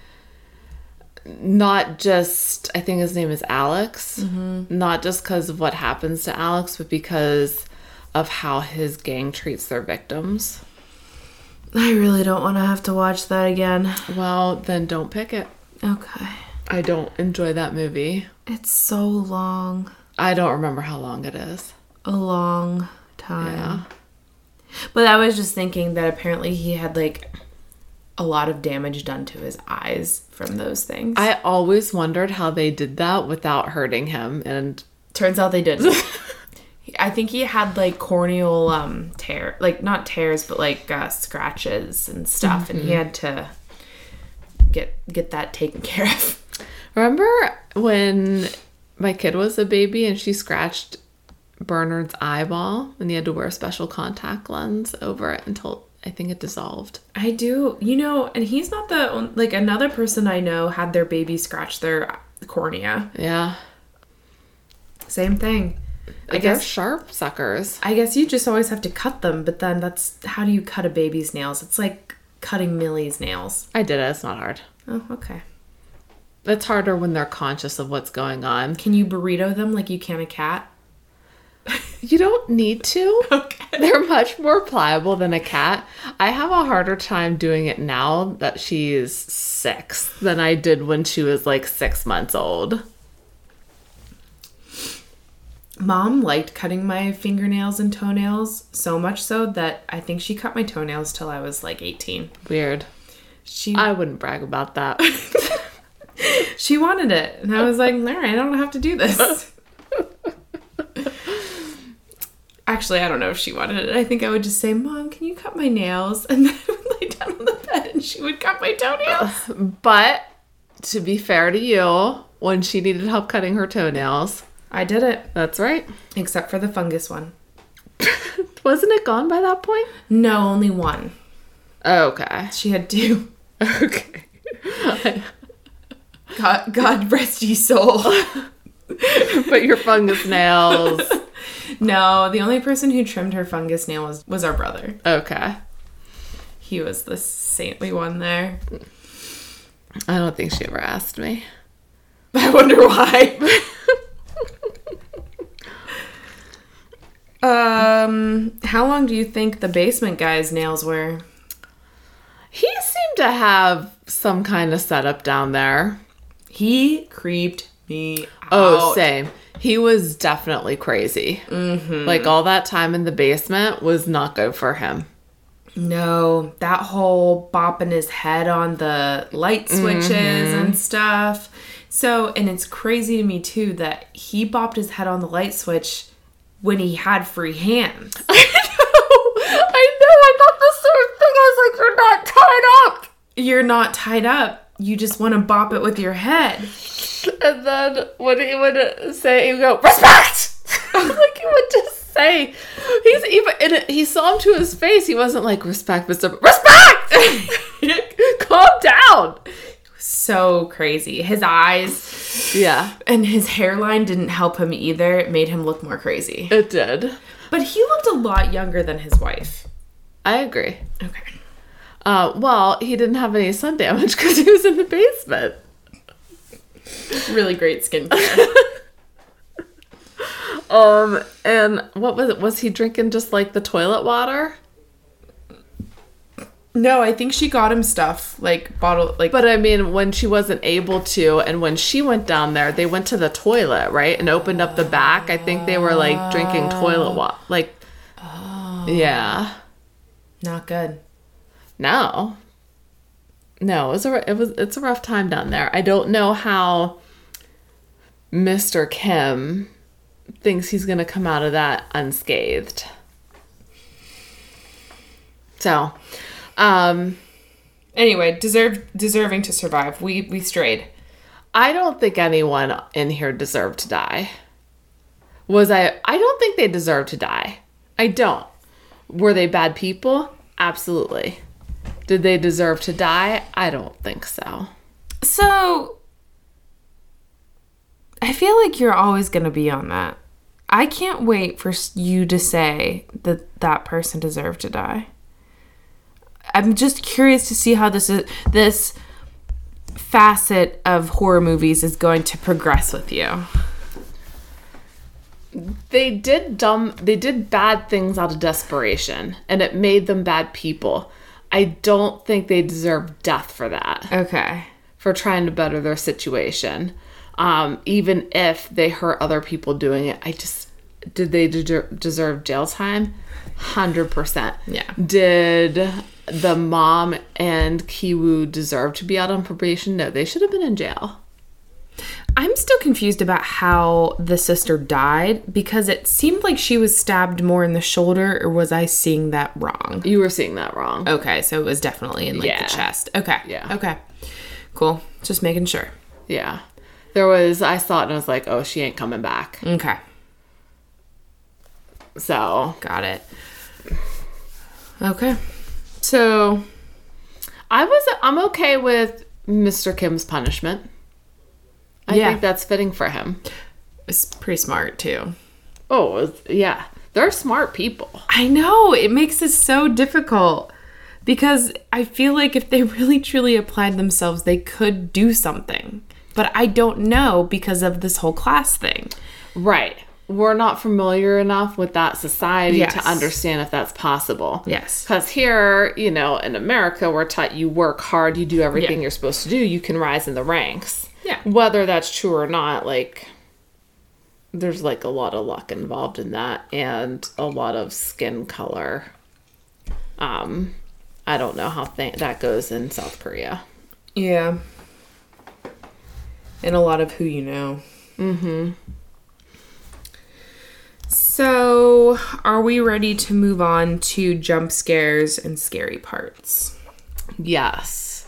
not just I think his name is Alex,
Mm-hmm.
not just because of what happens to Alex, but because of how his gang treats their victims.
I really don't want to have to watch that again.
Well, then don't pick it.
Okay.
I don't enjoy that movie.
It's so long.
I don't remember how long it is.
a long time. But I was just thinking that apparently he had like a lot of damage done to his eyes from those things.
I always wondered how they did that without hurting him and
Turns out they didn't. He- I think he had like corneal um tear, like not tears, but like uh, scratches and stuff, and he had to get get that taken care of.
Remember when my kid was a baby and she scratched Bernard's eyeball and he had to wear a special contact lens over it until I think it dissolved.
I do, you know, and he's not the on- like another person I know had their baby scratch their cornea.
Yeah.
Same thing. I
They're
guess
sharp suckers.
I guess you just always have to cut them, but then that's how do you cut a baby's nails? It's like cutting Millie's nails.
I did it. It's not hard.
Oh, okay.
It's harder when they're conscious of what's going on.
Can you burrito them like you can a cat?
You don't need to.
Okay.
They're much more pliable than a cat. I have a harder time doing it now that she's six than I did when she was like six months old.
Mom liked cutting my fingernails and toenails so much so that I think she cut my toenails till I was like 18.
Weird.
She
I wouldn't brag about that.
she wanted it, and I was like, "All right, I don't have to do this." Actually, I don't know if she wanted it. I think I would just say, "Mom, can you cut my nails?" And then I would lay down on the bed, and she would cut my toenails.
But to be fair to you, when she needed help cutting her toenails,
I did it.
that's right.
Except for the fungus one.
Wasn't it gone by that point?
No, only one.
Okay.
She had two.
Okay.
God, God rest ye soul.
but your fungus nails.
no, the only person who trimmed her fungus nail was, was our brother.
Okay.
He was the saintly one there.
I don't think she ever asked me.
I wonder why. um, how long do you think the basement guy's nails were?
He seemed to have some kind of setup down there.
He creeped me
Oh,
out.
same. He was definitely crazy. Mm-hmm. Like all that time in the basement was not good for him.
No, that whole bopping his head on the light switches and stuff. So, and it's crazy to me too that he bopped his head on the light switch when he had free hands.
I know. I know. I thought the same thing. I was like, you're not tied up.
You're not tied up. You just want to bop it with your head.
And then when he would say, he would go, respect! like he would just say, he's even, and it- he saw him to his face. He wasn't like, respect, Mr. Respect! Calm down.
So crazy. His eyes
Yeah,
and his hairline didn't help him either. It made him look more crazy.
it did.
But he looked a lot younger than his wife.
I agree.
Okay.
Uh, well, he didn't have any sun damage because he was in the basement.
really great skincare.
Um, and what was it? Was he drinking just like the toilet water?
no, I think she got him stuff like bottle like
But I mean, when she wasn't able to, and when she went down there, they went to the toilet, right? And opened up the back. I think they were like drinking toilet water. Like, yeah.
not good.
No. No, it was a it was it's a rough time down there. I don't know how Mr. Kim thinks he's going to come out of that unscathed. So, um
Anyway, deserved deserving to survive. We we strayed.
I don't think anyone in here deserved to die. Was I I don't think they deserved to die. I don't. Were they bad people? Absolutely. Did they deserve to die? I don't think so.
So I feel like you're always going to be on that. I can't wait for s- you to say that that person deserved to die. I'm just curious to see how this is this facet of horror movies is going to progress with you.
they did dumb they did bad things out of desperation and it made them bad people i don't think they deserve death for that
Okay.
for trying to better their situation um, even if they hurt other people doing it i just did they de- deserve jail time 100%
Yeah.
did the mom and kiwu deserve to be out on probation no they should have been in jail
I'm still confused about how the sister died because it seemed like she was stabbed more in the shoulder or was I seeing that wrong?
you were seeing that wrong
Okay, so it was definitely in like
Yeah.
the chest. Okay.
Yeah.
Okay. Cool. Just making sure.
yeah there was i saw it and i was like oh she ain't coming back
Okay.
So
Got it. Okay. So
I was I'm okay with Mr. Kim's punishment. I
Yeah.
think that's fitting for him.
it's pretty smart too.
Oh it's- yeah, they're smart people.
I know. It makes it so difficult because I feel like if they really truly applied themselves, they could do something. But I don't know because of this whole class thing.
Right. We're not familiar enough with that society
Yes.
to understand if that's possible.
Yes.
Because here, you know, in America, we're taught you work hard, you do everything
Yeah.
you're supposed to do, you can rise in the ranks.
Yeah.
Whether that's true or not, like, there's like a lot of luck involved in that and a lot of skin color. Um, I don't know how th- that goes in South Korea.
Yeah. And a lot of who you know.
So, are we ready to move on to jump scares and scary parts?
Yes.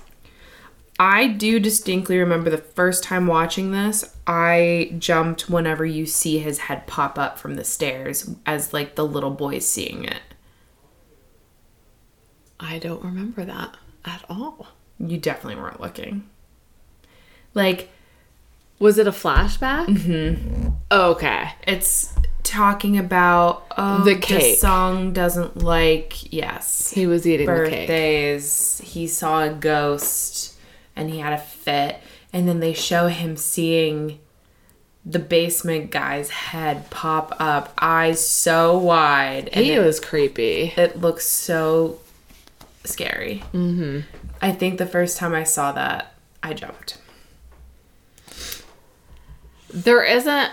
I do distinctly remember the first time watching this, I jumped whenever you see his head pop up from the stairs as like the little boy seeing it.
I don't remember that at all.
You definitely weren't looking. Like
Was it a flashback? Mm-hmm. Okay.
it's talking about oh,
The cake.
song doesn't like yes
He was eating the cake.
birthdays. He saw a ghost and he had a fit. And then they show him seeing the basement guy's head pop up, eyes so wide. And
He
it,
was creepy.
it looks so scary. Mm-hmm. I think the first time I saw that, I jumped.
There isn't.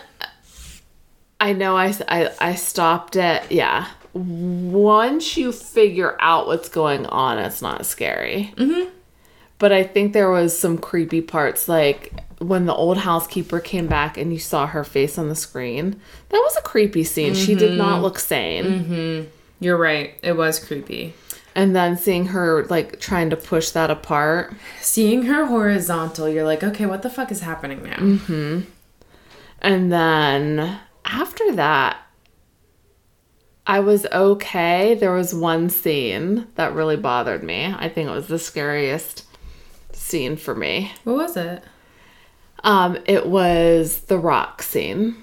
I know I, s- I- I stopped it. Yeah. Once you figure out what's going on, it's not scary. Mm-hmm. But I think there was some creepy parts, like when the old housekeeper came back and you saw her face on the screen. That was a creepy scene. She did not look sane.
You're right. It was creepy.
And then seeing her like trying to push that apart.
Seeing her horizontal, you're like, okay, what the fuck is happening now?
And then after that, I was okay. There was one scene that really bothered me. I think it was the scariest scene for me.
What was it?
Um, it was the rock scene.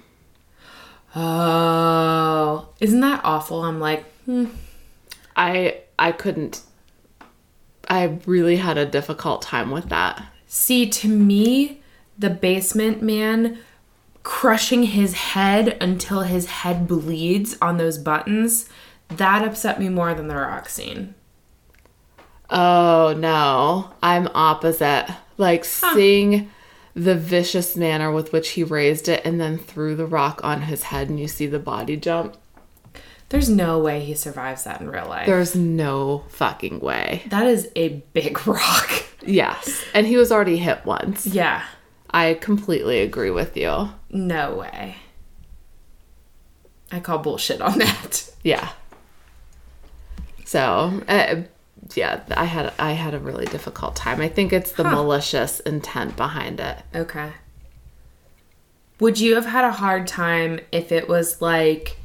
Oh, isn't that awful? I'm like,
I I couldn't. I really had a difficult time with that.
See, to me, the basement man crushing his head until his head bleeds on those buttons, that upset me more than the rock scene.
Oh no, I'm opposite. Like seeing the vicious manner with which he raised it and then threw the rock on his head and you see the body jump.
There's no way he survives that in real life.
There's no fucking way.
that is a big rock.
Yes. And he was already hit once.
yeah.
I completely agree with you.
No way. I call bullshit on that.
Yeah. So, uh, yeah, I had I had a really difficult time. I think it's the malicious intent behind it.
Okay. Would you have had a hard time if it was like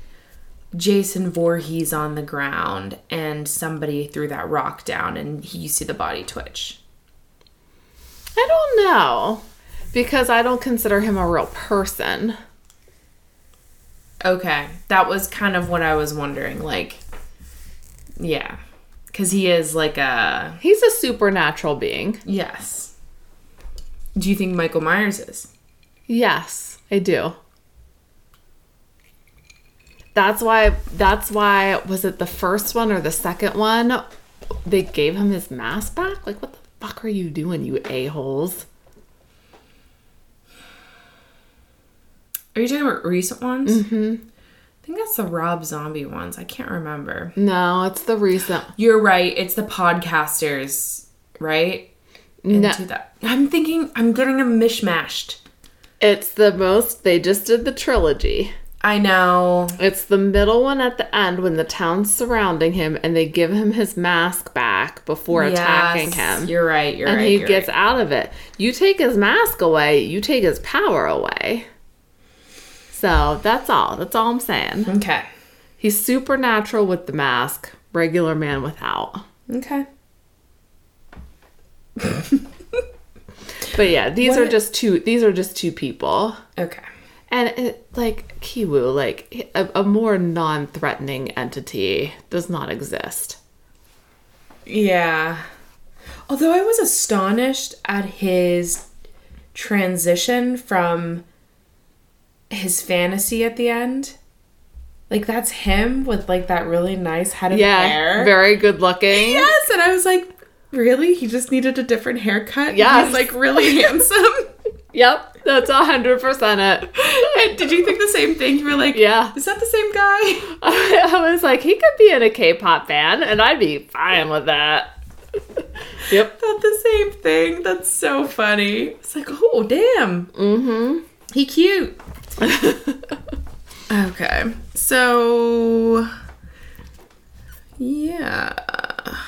Jason Voorhees on the ground and somebody threw that rock down and he- you see the body twitch?
I don't know because I don't consider him a real person.
Okay. That was kind of what I was wondering. Like, yeah. Because he is like a.
He's a supernatural being.
Yes. Do you think Michael Myers is?
Yes, I do. That's why that's why was it the first one or the second one they gave him his mask back? Like what the fuck are you doing, you a-holes?
Are you talking about recent ones? Mm hmm. I think that's the Rob Zombie ones. I can't remember.
No, it's the recent.
You're right. It's the podcasters, right?
No,
Into that. I'm thinking, I'm getting them mishmashed.
it's the most they just did the trilogy.
I know.
It's the middle one at the end when the town's surrounding him and they give him his mask back before attacking him.
You're right. You're
and
right.
he
you're
gets
right.
out of it. You take his mask away, you take his power away. So that's all. That's all I'm saying.
Okay.
He's supernatural with the mask, regular man without.
Okay.
But yeah, these are
What-
just two. These are just two people.
Okay.
And it, like Kiwu, like a, a more non-threatening entity does not exist.
Yeah.
Although I was astonished at his transition from his fantasy at the end. Like that's him with like that really nice head of
Yeah,
hair.
very good looking.
yes, and I was like, really? He just needed a different haircut.
Yes.
he's like really handsome.
Yep, that's hundred percent it.
And did you think the same thing? You were like,
Yeah,
is that the same guy?
I was like, he could be in a K-pop band, and I'd be fine with that. yep.
Not the same thing. That's so funny. It's like, oh damn,
Mm-hmm.
He cute.
Okay. So yeah.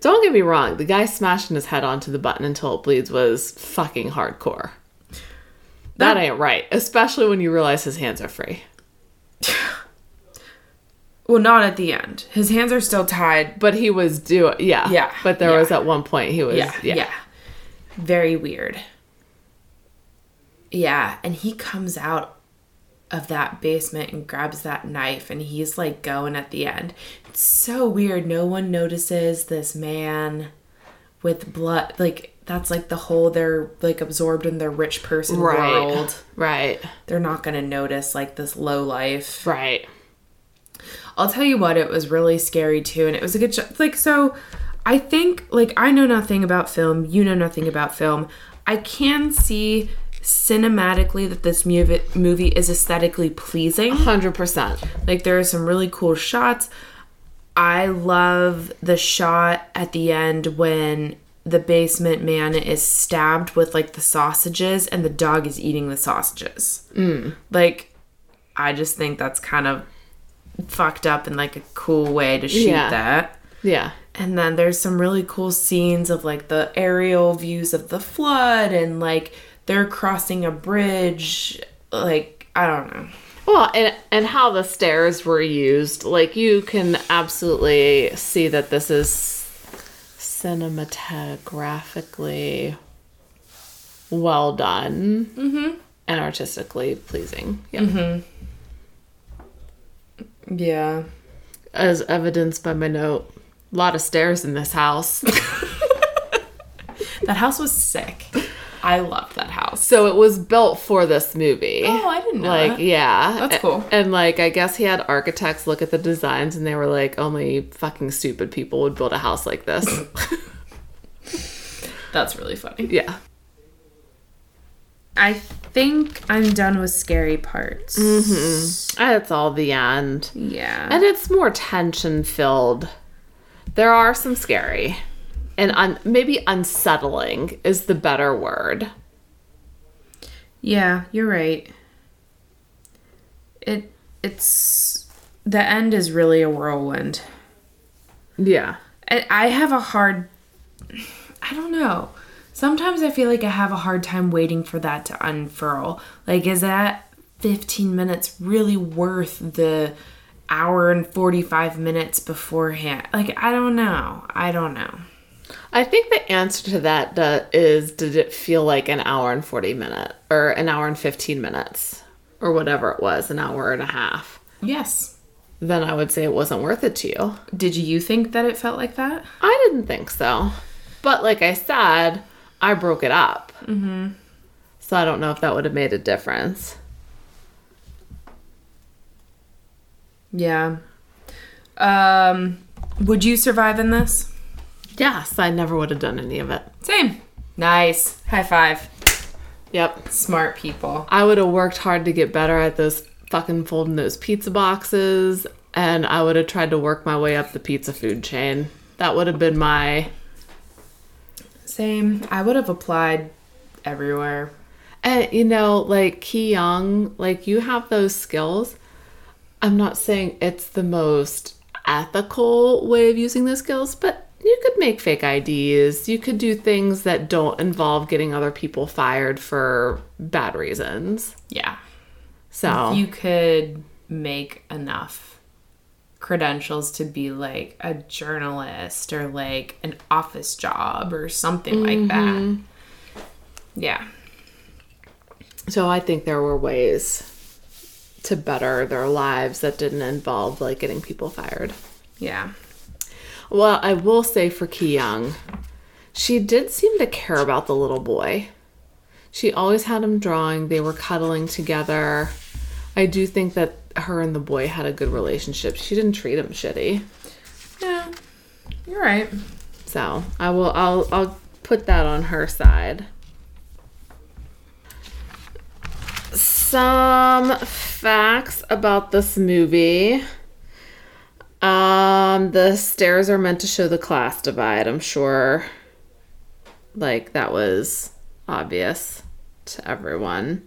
Don't get me wrong. The guy smashing his head onto the button until it bleeds was fucking hardcore. That ain't right, especially when you realize his hands are free.
Well, not at the end. His hands are still tied.
But he was doing, yeah,
Yeah,
But there
yeah.
was at one point he was,
Yeah.
yeah,
Yeah. Very weird. Yeah. And he comes out of that basement and grabs that knife and he's like going at the end. It's so weird. No one notices this man with blood. Like, that's like the whole they're like absorbed in their rich person
right,
world.
right,
They're not going to notice like this low life.
right.
I'll tell you what, it was really scary too, and it was a good show. Like, so I think, like, I know nothing about film, you know nothing about film. I can see cinematically that this movie, movie is aesthetically pleasing.
Hundred percent.
Like, there are some really cool shots. I love the shot at the end when the basement man is stabbed with like the sausages and the dog is eating the sausages. Like, I just think that's kind of fucked up in like a cool way to shoot
Yeah.
that.
Yeah,
And then there's some really cool scenes of like the aerial views of the flood and like they're crossing a bridge. Like, I don't know.
Well, and and how the stairs were used, like you can absolutely see that this is cinematographically well done
Mm-hmm.
and artistically pleasing. Yeah.
Yeah.
As evidenced by my note, a lot of stairs in this house.
That house was sick. I loved that house.
So it was built for this movie.
Oh, I didn't know
Like,
that.
yeah.
That's
A-
cool.
And, like, I guess he had architects look at the designs and they were like, only fucking stupid people would build a house like this.
That's really funny.
yeah.
I think I'm done with scary parts.
It's all the end.
Yeah.
And it's more tension filled. There are some scary and un- maybe unsettling is the better word.
Yeah, you're right. It it's the end is really a whirlwind.
Yeah.
I, I have a hard I don't know. Sometimes I feel like I have a hard time waiting for that to unfurl. Like is that 15 minutes really worth the hour and 45 minutes beforehand? Like I don't know. I don't know.
I think the answer to that uh, is did it feel like an hour and 40 minutes or an hour and 15 minutes or whatever it was, an hour and a half?
Yes.
Then I would say it wasn't worth it to you.
Did you think that it felt like that?
I didn't think so. But like I said, I broke it up. Mm-hmm. So I don't know if that would have made a difference.
Yeah. Um would you survive in this?
Yes, I never would have done any of it.
Same. Nice. High five.
Yep.
Smart people.
I would have worked hard to get better at those fucking folding those pizza boxes and I would have tried to work my way up the pizza food chain. That would have been my
Same. I would have applied everywhere.
And you know, like Ki Young, like you have those skills. I'm not saying it's the most ethical way of using those skills, but you could make fake IDs. You could do things that don't involve getting other people fired for bad reasons.
Yeah.
So
You could make enough credentials to be like a journalist or like an office job or something like that. Yeah.
So I think there were ways to better their lives that didn't involve like getting people fired.
Yeah.
Well, I will say for Ki Young, she did seem to care about the little boy. She always had him drawing, they were cuddling together. I do think that her and the boy had a good relationship. She didn't treat him shitty.
Yeah. You're right.
So I will I'll I'll put that on her side. Some facts about this movie. Um the stairs are meant to show the class divide, I'm sure. Like that was obvious to everyone.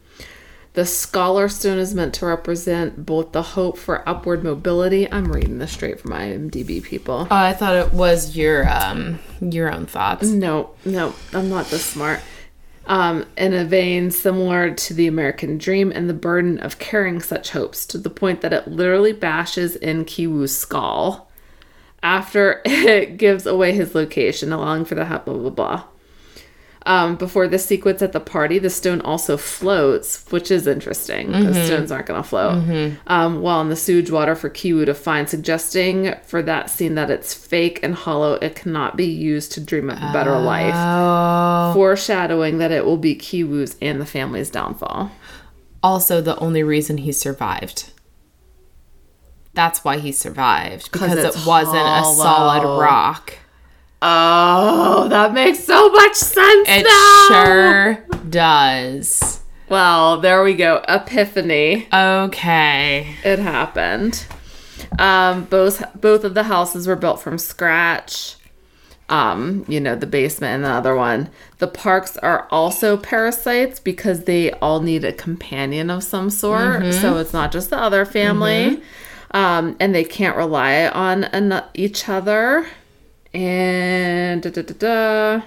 The scholar stone is meant to represent both the hope for upward mobility. I'm reading this straight from IMDb people.
Oh, I thought it was your um your own thoughts.
No, no, I'm not this smart. Um, in a vein similar to the American dream and the burden of carrying such hopes to the point that it literally bashes in Kiwu's skull after it gives away his location, allowing for the ha- blah blah blah. Um, before the sequence at the party, the stone also floats, which is interesting because stones aren't going to float. Um, while in the sewage water for Kiwu to find, suggesting for that scene that it's fake and hollow. It cannot be used to dream of a better life,
Oh.
foreshadowing that it will be Kiwu's and the family's downfall.
also the only reason he survived. That's why he survived because it
it's
wasn't a solid
hollow.
rock.
Oh, that makes so much sense
It
now.
sure does.
Well, there we go. Epiphany.
Okay.
it happened. Um, both both of the houses were built from scratch. Um, you know, the basement and the other one. The parks are also parasites because they all need a companion of some sort. So it's not just the other family. Um, and they can't rely on an- each other. And da, da, da, da.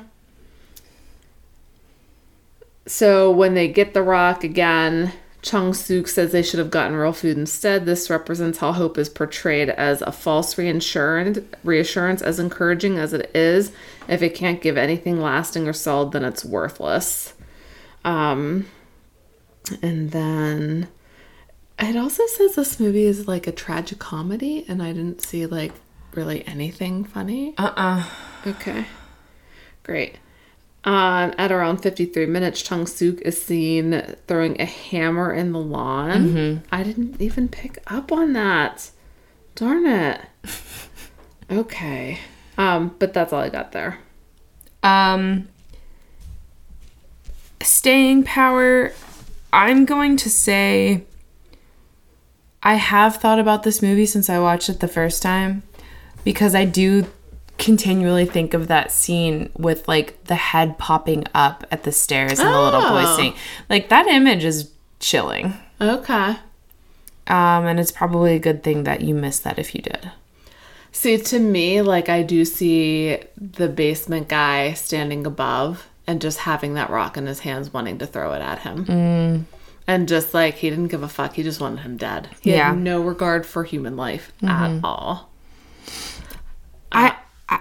So when they get the rock again, Chung Suk says they should have gotten real food instead. This represents how hope is portrayed as a false reassurance, reassurance as encouraging as it is. If it can't give anything lasting or solid, then it's worthless. Um, and then it also says this movie is like a tragic comedy, and I didn't see like really anything funny.
Uh uh
Okay. Great. Um, at around 53 minutes, Chung Suk is seen throwing a hammer in the lawn. I didn't even pick up on that. Darn it. okay. Um, but that's all I got there.
Um, staying power, I'm going to say I have thought about this movie since I watched it the first time because I do continually think of that scene with like the head popping up at the stairs and the little boy
Oh.
saying, like, that image is chilling.
Okay.
Um, and it's probably a good thing that you missed that if you did.
See, to me, like I do see the basement guy standing above and just having that rock in his hands, wanting to throw it at him. And just like he didn't give a fuck, he just wanted him dead. He
Yeah.
had no regard for human life at all.
I I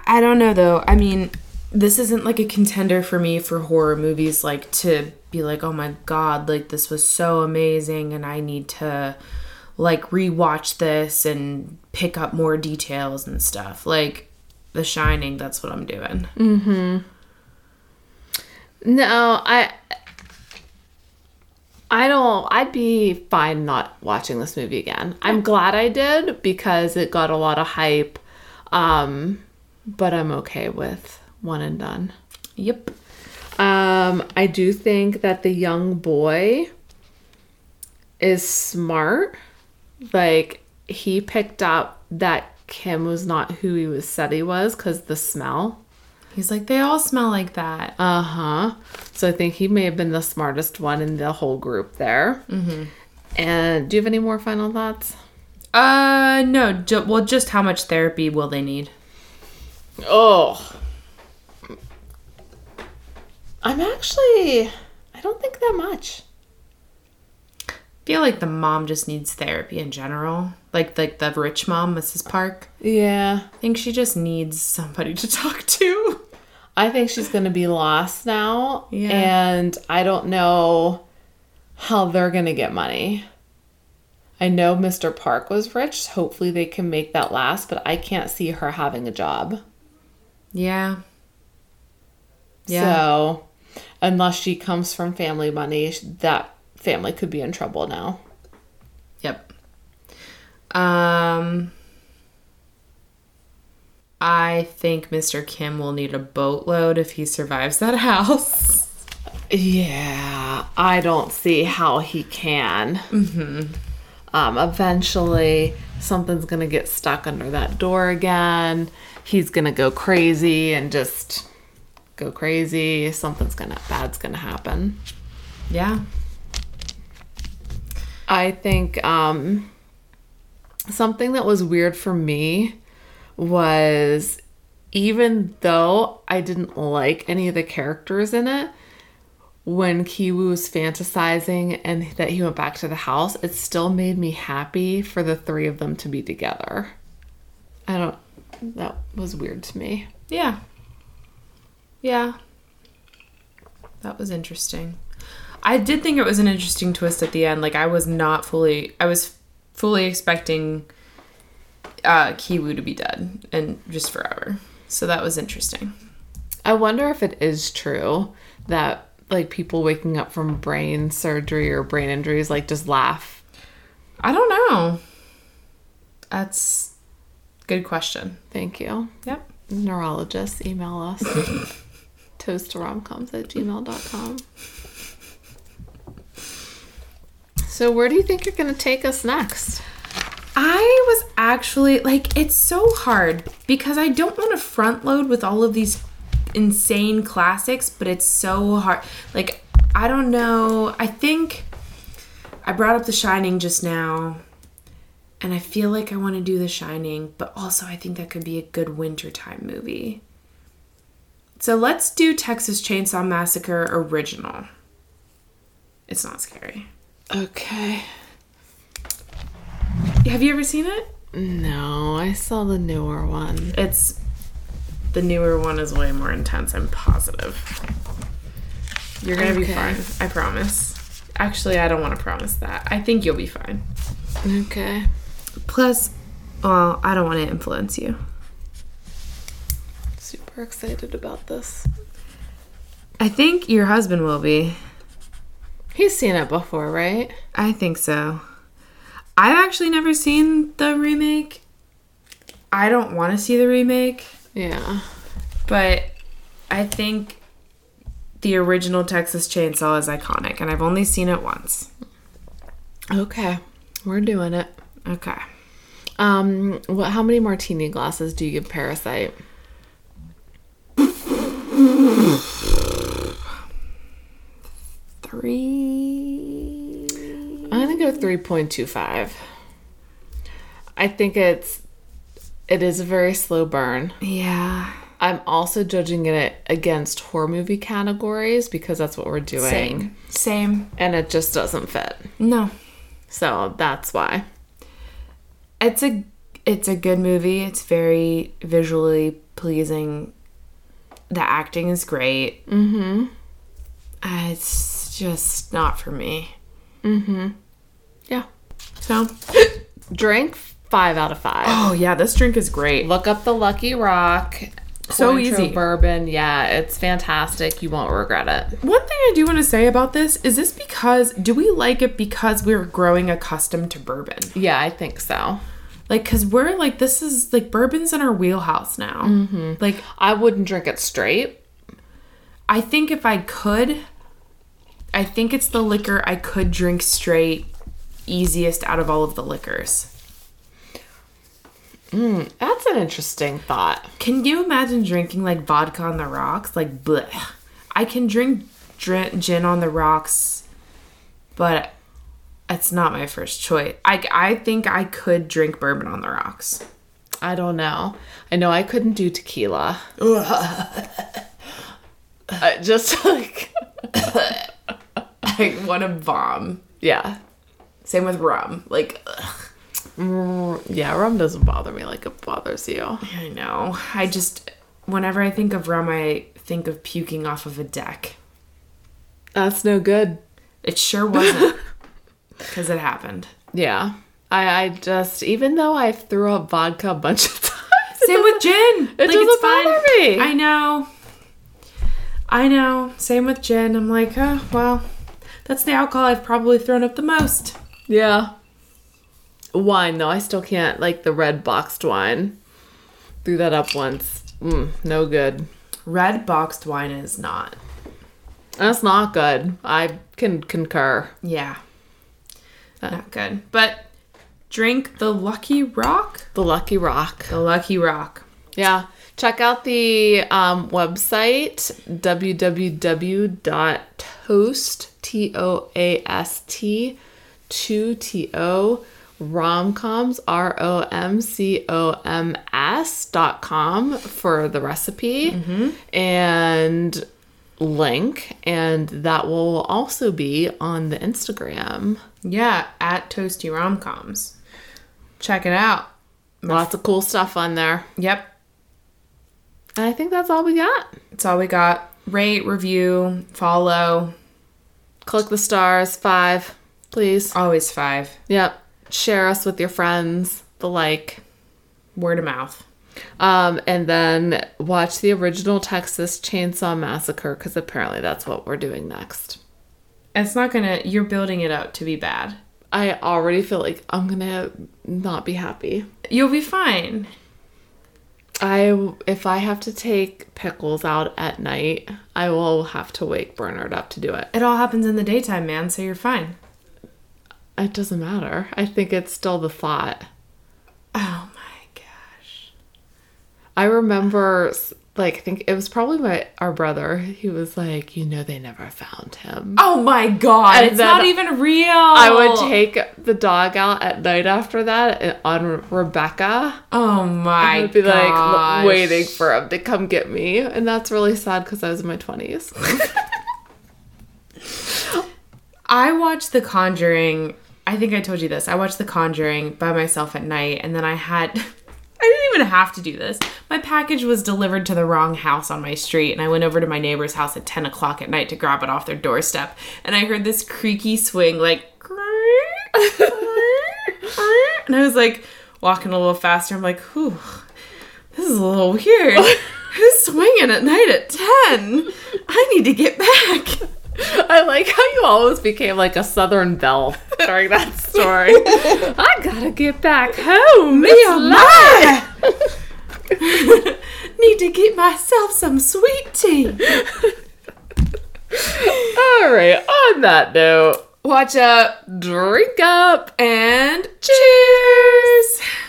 I don't know though. I mean, this isn't like a contender for me for horror movies like to be like, "Oh my god, like this was so amazing and I need to like rewatch this and pick up more details and stuff." Like The Shining, that's what I'm doing.
No, I. I don't. I'd be fine not watching this movie again. I'm glad I did because it got a lot of hype, um, but I'm okay with one and done.
Yep.
Um, I do think that the young boy is smart. Like he picked up that Kim was not who he was said he was because the smell.
He's like, "They all smell like that."
Uh huh. So I think he may have been the smartest one in the whole group there. Mm-hmm. And do you have any more final thoughts?
Uh no, ju- well just how much therapy will they need?
Oh. I'm actually, I don't think that much.
feel like the mom just needs therapy in general. Like like the rich mom, Mrs. Park.
Yeah.
I think she just needs somebody to talk to.
I think she's going to be lost now.
Yeah.
And I don't know how they're going to get money. I know Mr. Park was rich. so Hopefully they can make that last, but I can't see her having a job.
Yeah. Yeah.
So, unless she comes from family money, sh- that family could be in trouble now.
Yep. Um I think Mr. Kim will need a boatload if he survives that house.
Yeah, I don't see how he can. Mm-hmm. Um, eventually, something's gonna get stuck under that door again. He's gonna go crazy and just go crazy. Something's gonna bad's gonna happen.
Yeah.
I think um, something that was weird for me was even though I didn't like any of the characters in it, when Kiwu was fantasizing and that he went back to the house, it still made me happy for the three of them to be together. I don't, that was weird to me.
Yeah. Yeah. That was interesting. I did think it was an interesting twist at the end. Like I was not fully I was fully expecting uh Kiwu to be dead and just forever. So that was interesting.
I wonder if it is true that like people waking up from brain surgery or brain injuries like just laugh
I don't know. That's good question.
Thank you.
Yep.
Neurologists, email us. toasteromcoms at gmail.com. So, where do you think you're going to take us next?
I was actually like, it's so hard because I don't want to front load with all of these insane classics, but it's so hard. Like, I don't know. I think I brought up The Shining just now, and I feel like I want to do The Shining, but also I think that could be a good wintertime movie. So let's do Texas Chainsaw Massacre original. It's not scary.
Okay.
Have you ever seen it?
No, I saw the newer one.
It's the newer one is way more intense. I'm positive. You're gonna be
Okay.
fine. I promise. Actually, I don't want to promise that. I think you'll be fine.
Okay.
Plus, well, I don't want to influence you.
Super excited about this.
I think your husband will be.
He's seen it before, right?
I think so. I've actually never seen the remake. I don't want to see the remake,
Yeah.
but I think the original Texas Chainsaw is iconic, and I've only seen it once.
Okay. We're doing it.
Okay.
Um, what? How many martini glasses do you give Parasite?
Three.
I'm gonna go 3.25. I think it's it is a very slow burn.
Yeah.
I'm also judging it against horror movie categories because that's what we're doing,
Same. Same.
and it just doesn't fit.
No.
So that's why.
It's a it's a good movie. It's very visually pleasing. The acting is great. Mm-hmm. Uh, it's just not for me.
Yeah.
So
Drink five out of five.
Oh yeah, this drink is great.
Look up the Lucky Rock.
So
Cointreau
easy.
bourbon. Yeah, it's fantastic. You won't regret it.
One thing I do want to say about this is this because do we like it because we're growing accustomed to bourbon?
Yeah, I think so.
Like cuz we're like this is like bourbon's in our wheelhouse now. Mm-hmm. Like
I wouldn't drink it straight.
I think if I could, I think it's the liquor I could drink straight easiest out of all of the liquors.
That's an interesting thought.
Can you imagine drinking like vodka on the rocks? Like, bleh. I can drink dr- gin on the rocks, but it's not my first choice. I, I think I could drink bourbon on the rocks.
I don't know. I know I couldn't do tequila. I just like
I want to bomb.
yeah,
Same with rum. Like, ugh.
Mm, yeah. Rum doesn't bother me like it bothers you.
I know. I just, whenever I think of rum, I think of puking off of a deck.
That's no good.
It sure wasn't. Because it happened.
Yeah, I I just even though I threw up vodka a bunch of times.
Same with gin. It
doesn't bother me.
I know. I know. Same with gin. I'm like, oh, well, that's the alcohol I've probably thrown up the most.
Yeah. Wine though, I still can't like the red boxed wine. Threw that up once. Mm, no good.
Red boxed wine is not.
That's not good. I can concur.
Yeah. Not good. But drink the Lucky Rock.
The Lucky Rock.
The Lucky Rock.
Yeah. Check out the um, website www.toast t o a s t two t o romcoms r o m c o m s dot com for the recipe and link, and that will also be on the Instagram.
Yeah, at Toasty Romcoms. Check it out.
Lots of cool stuff on there.
Yep,
And I think that's all we got.
That's all we got. Rate, review, follow.
Click the stars five, please.
Always five.
Yep. Share us with your friends, the like.
Word of mouth.
Um, and then watch the original Texas Chainsaw Massacre because apparently that's what we're doing next.
It's not gonna. You're building it up to be bad.
I already feel like I'm gonna not be happy.
You'll be fine.
I if I have to take pickles out at night, I will have to wake Bernard up to do it.
It all happens in the daytime, man. So you're fine.
It doesn't matter. I think it's still the thought.
Oh my gosh.
I remember like I think it was probably my our brother. He was like, you know, they never found him.
Oh my god.
And
it's
then
not even real.
I would
Oh.
take the dog out at night after that and on Rebecca.
Oh my.
I would be like
gosh.
l- waiting for him to come get me. And that's really sad because I was in my 20s.
I watched The Conjuring. I think I told you this. I watched The Conjuring by myself at night, and then I had. I didn't even have to do this. My package was delivered to the wrong house on my street, and I went over to my neighbor's house at 10 o'clock at night to grab it off their doorstep. And I heard this creaky swing, like. And I was like walking a little faster. I'm like, whew, this is a little weird. Who's swinging at night at 10? I need to get back.
I like how you always became like a Southern belle during that story. I gotta get back home.
Me
It's
or
late.
my! need to get myself some sweet tea.
All right. On that note, watch Uh, up, drink up, and
And cheers!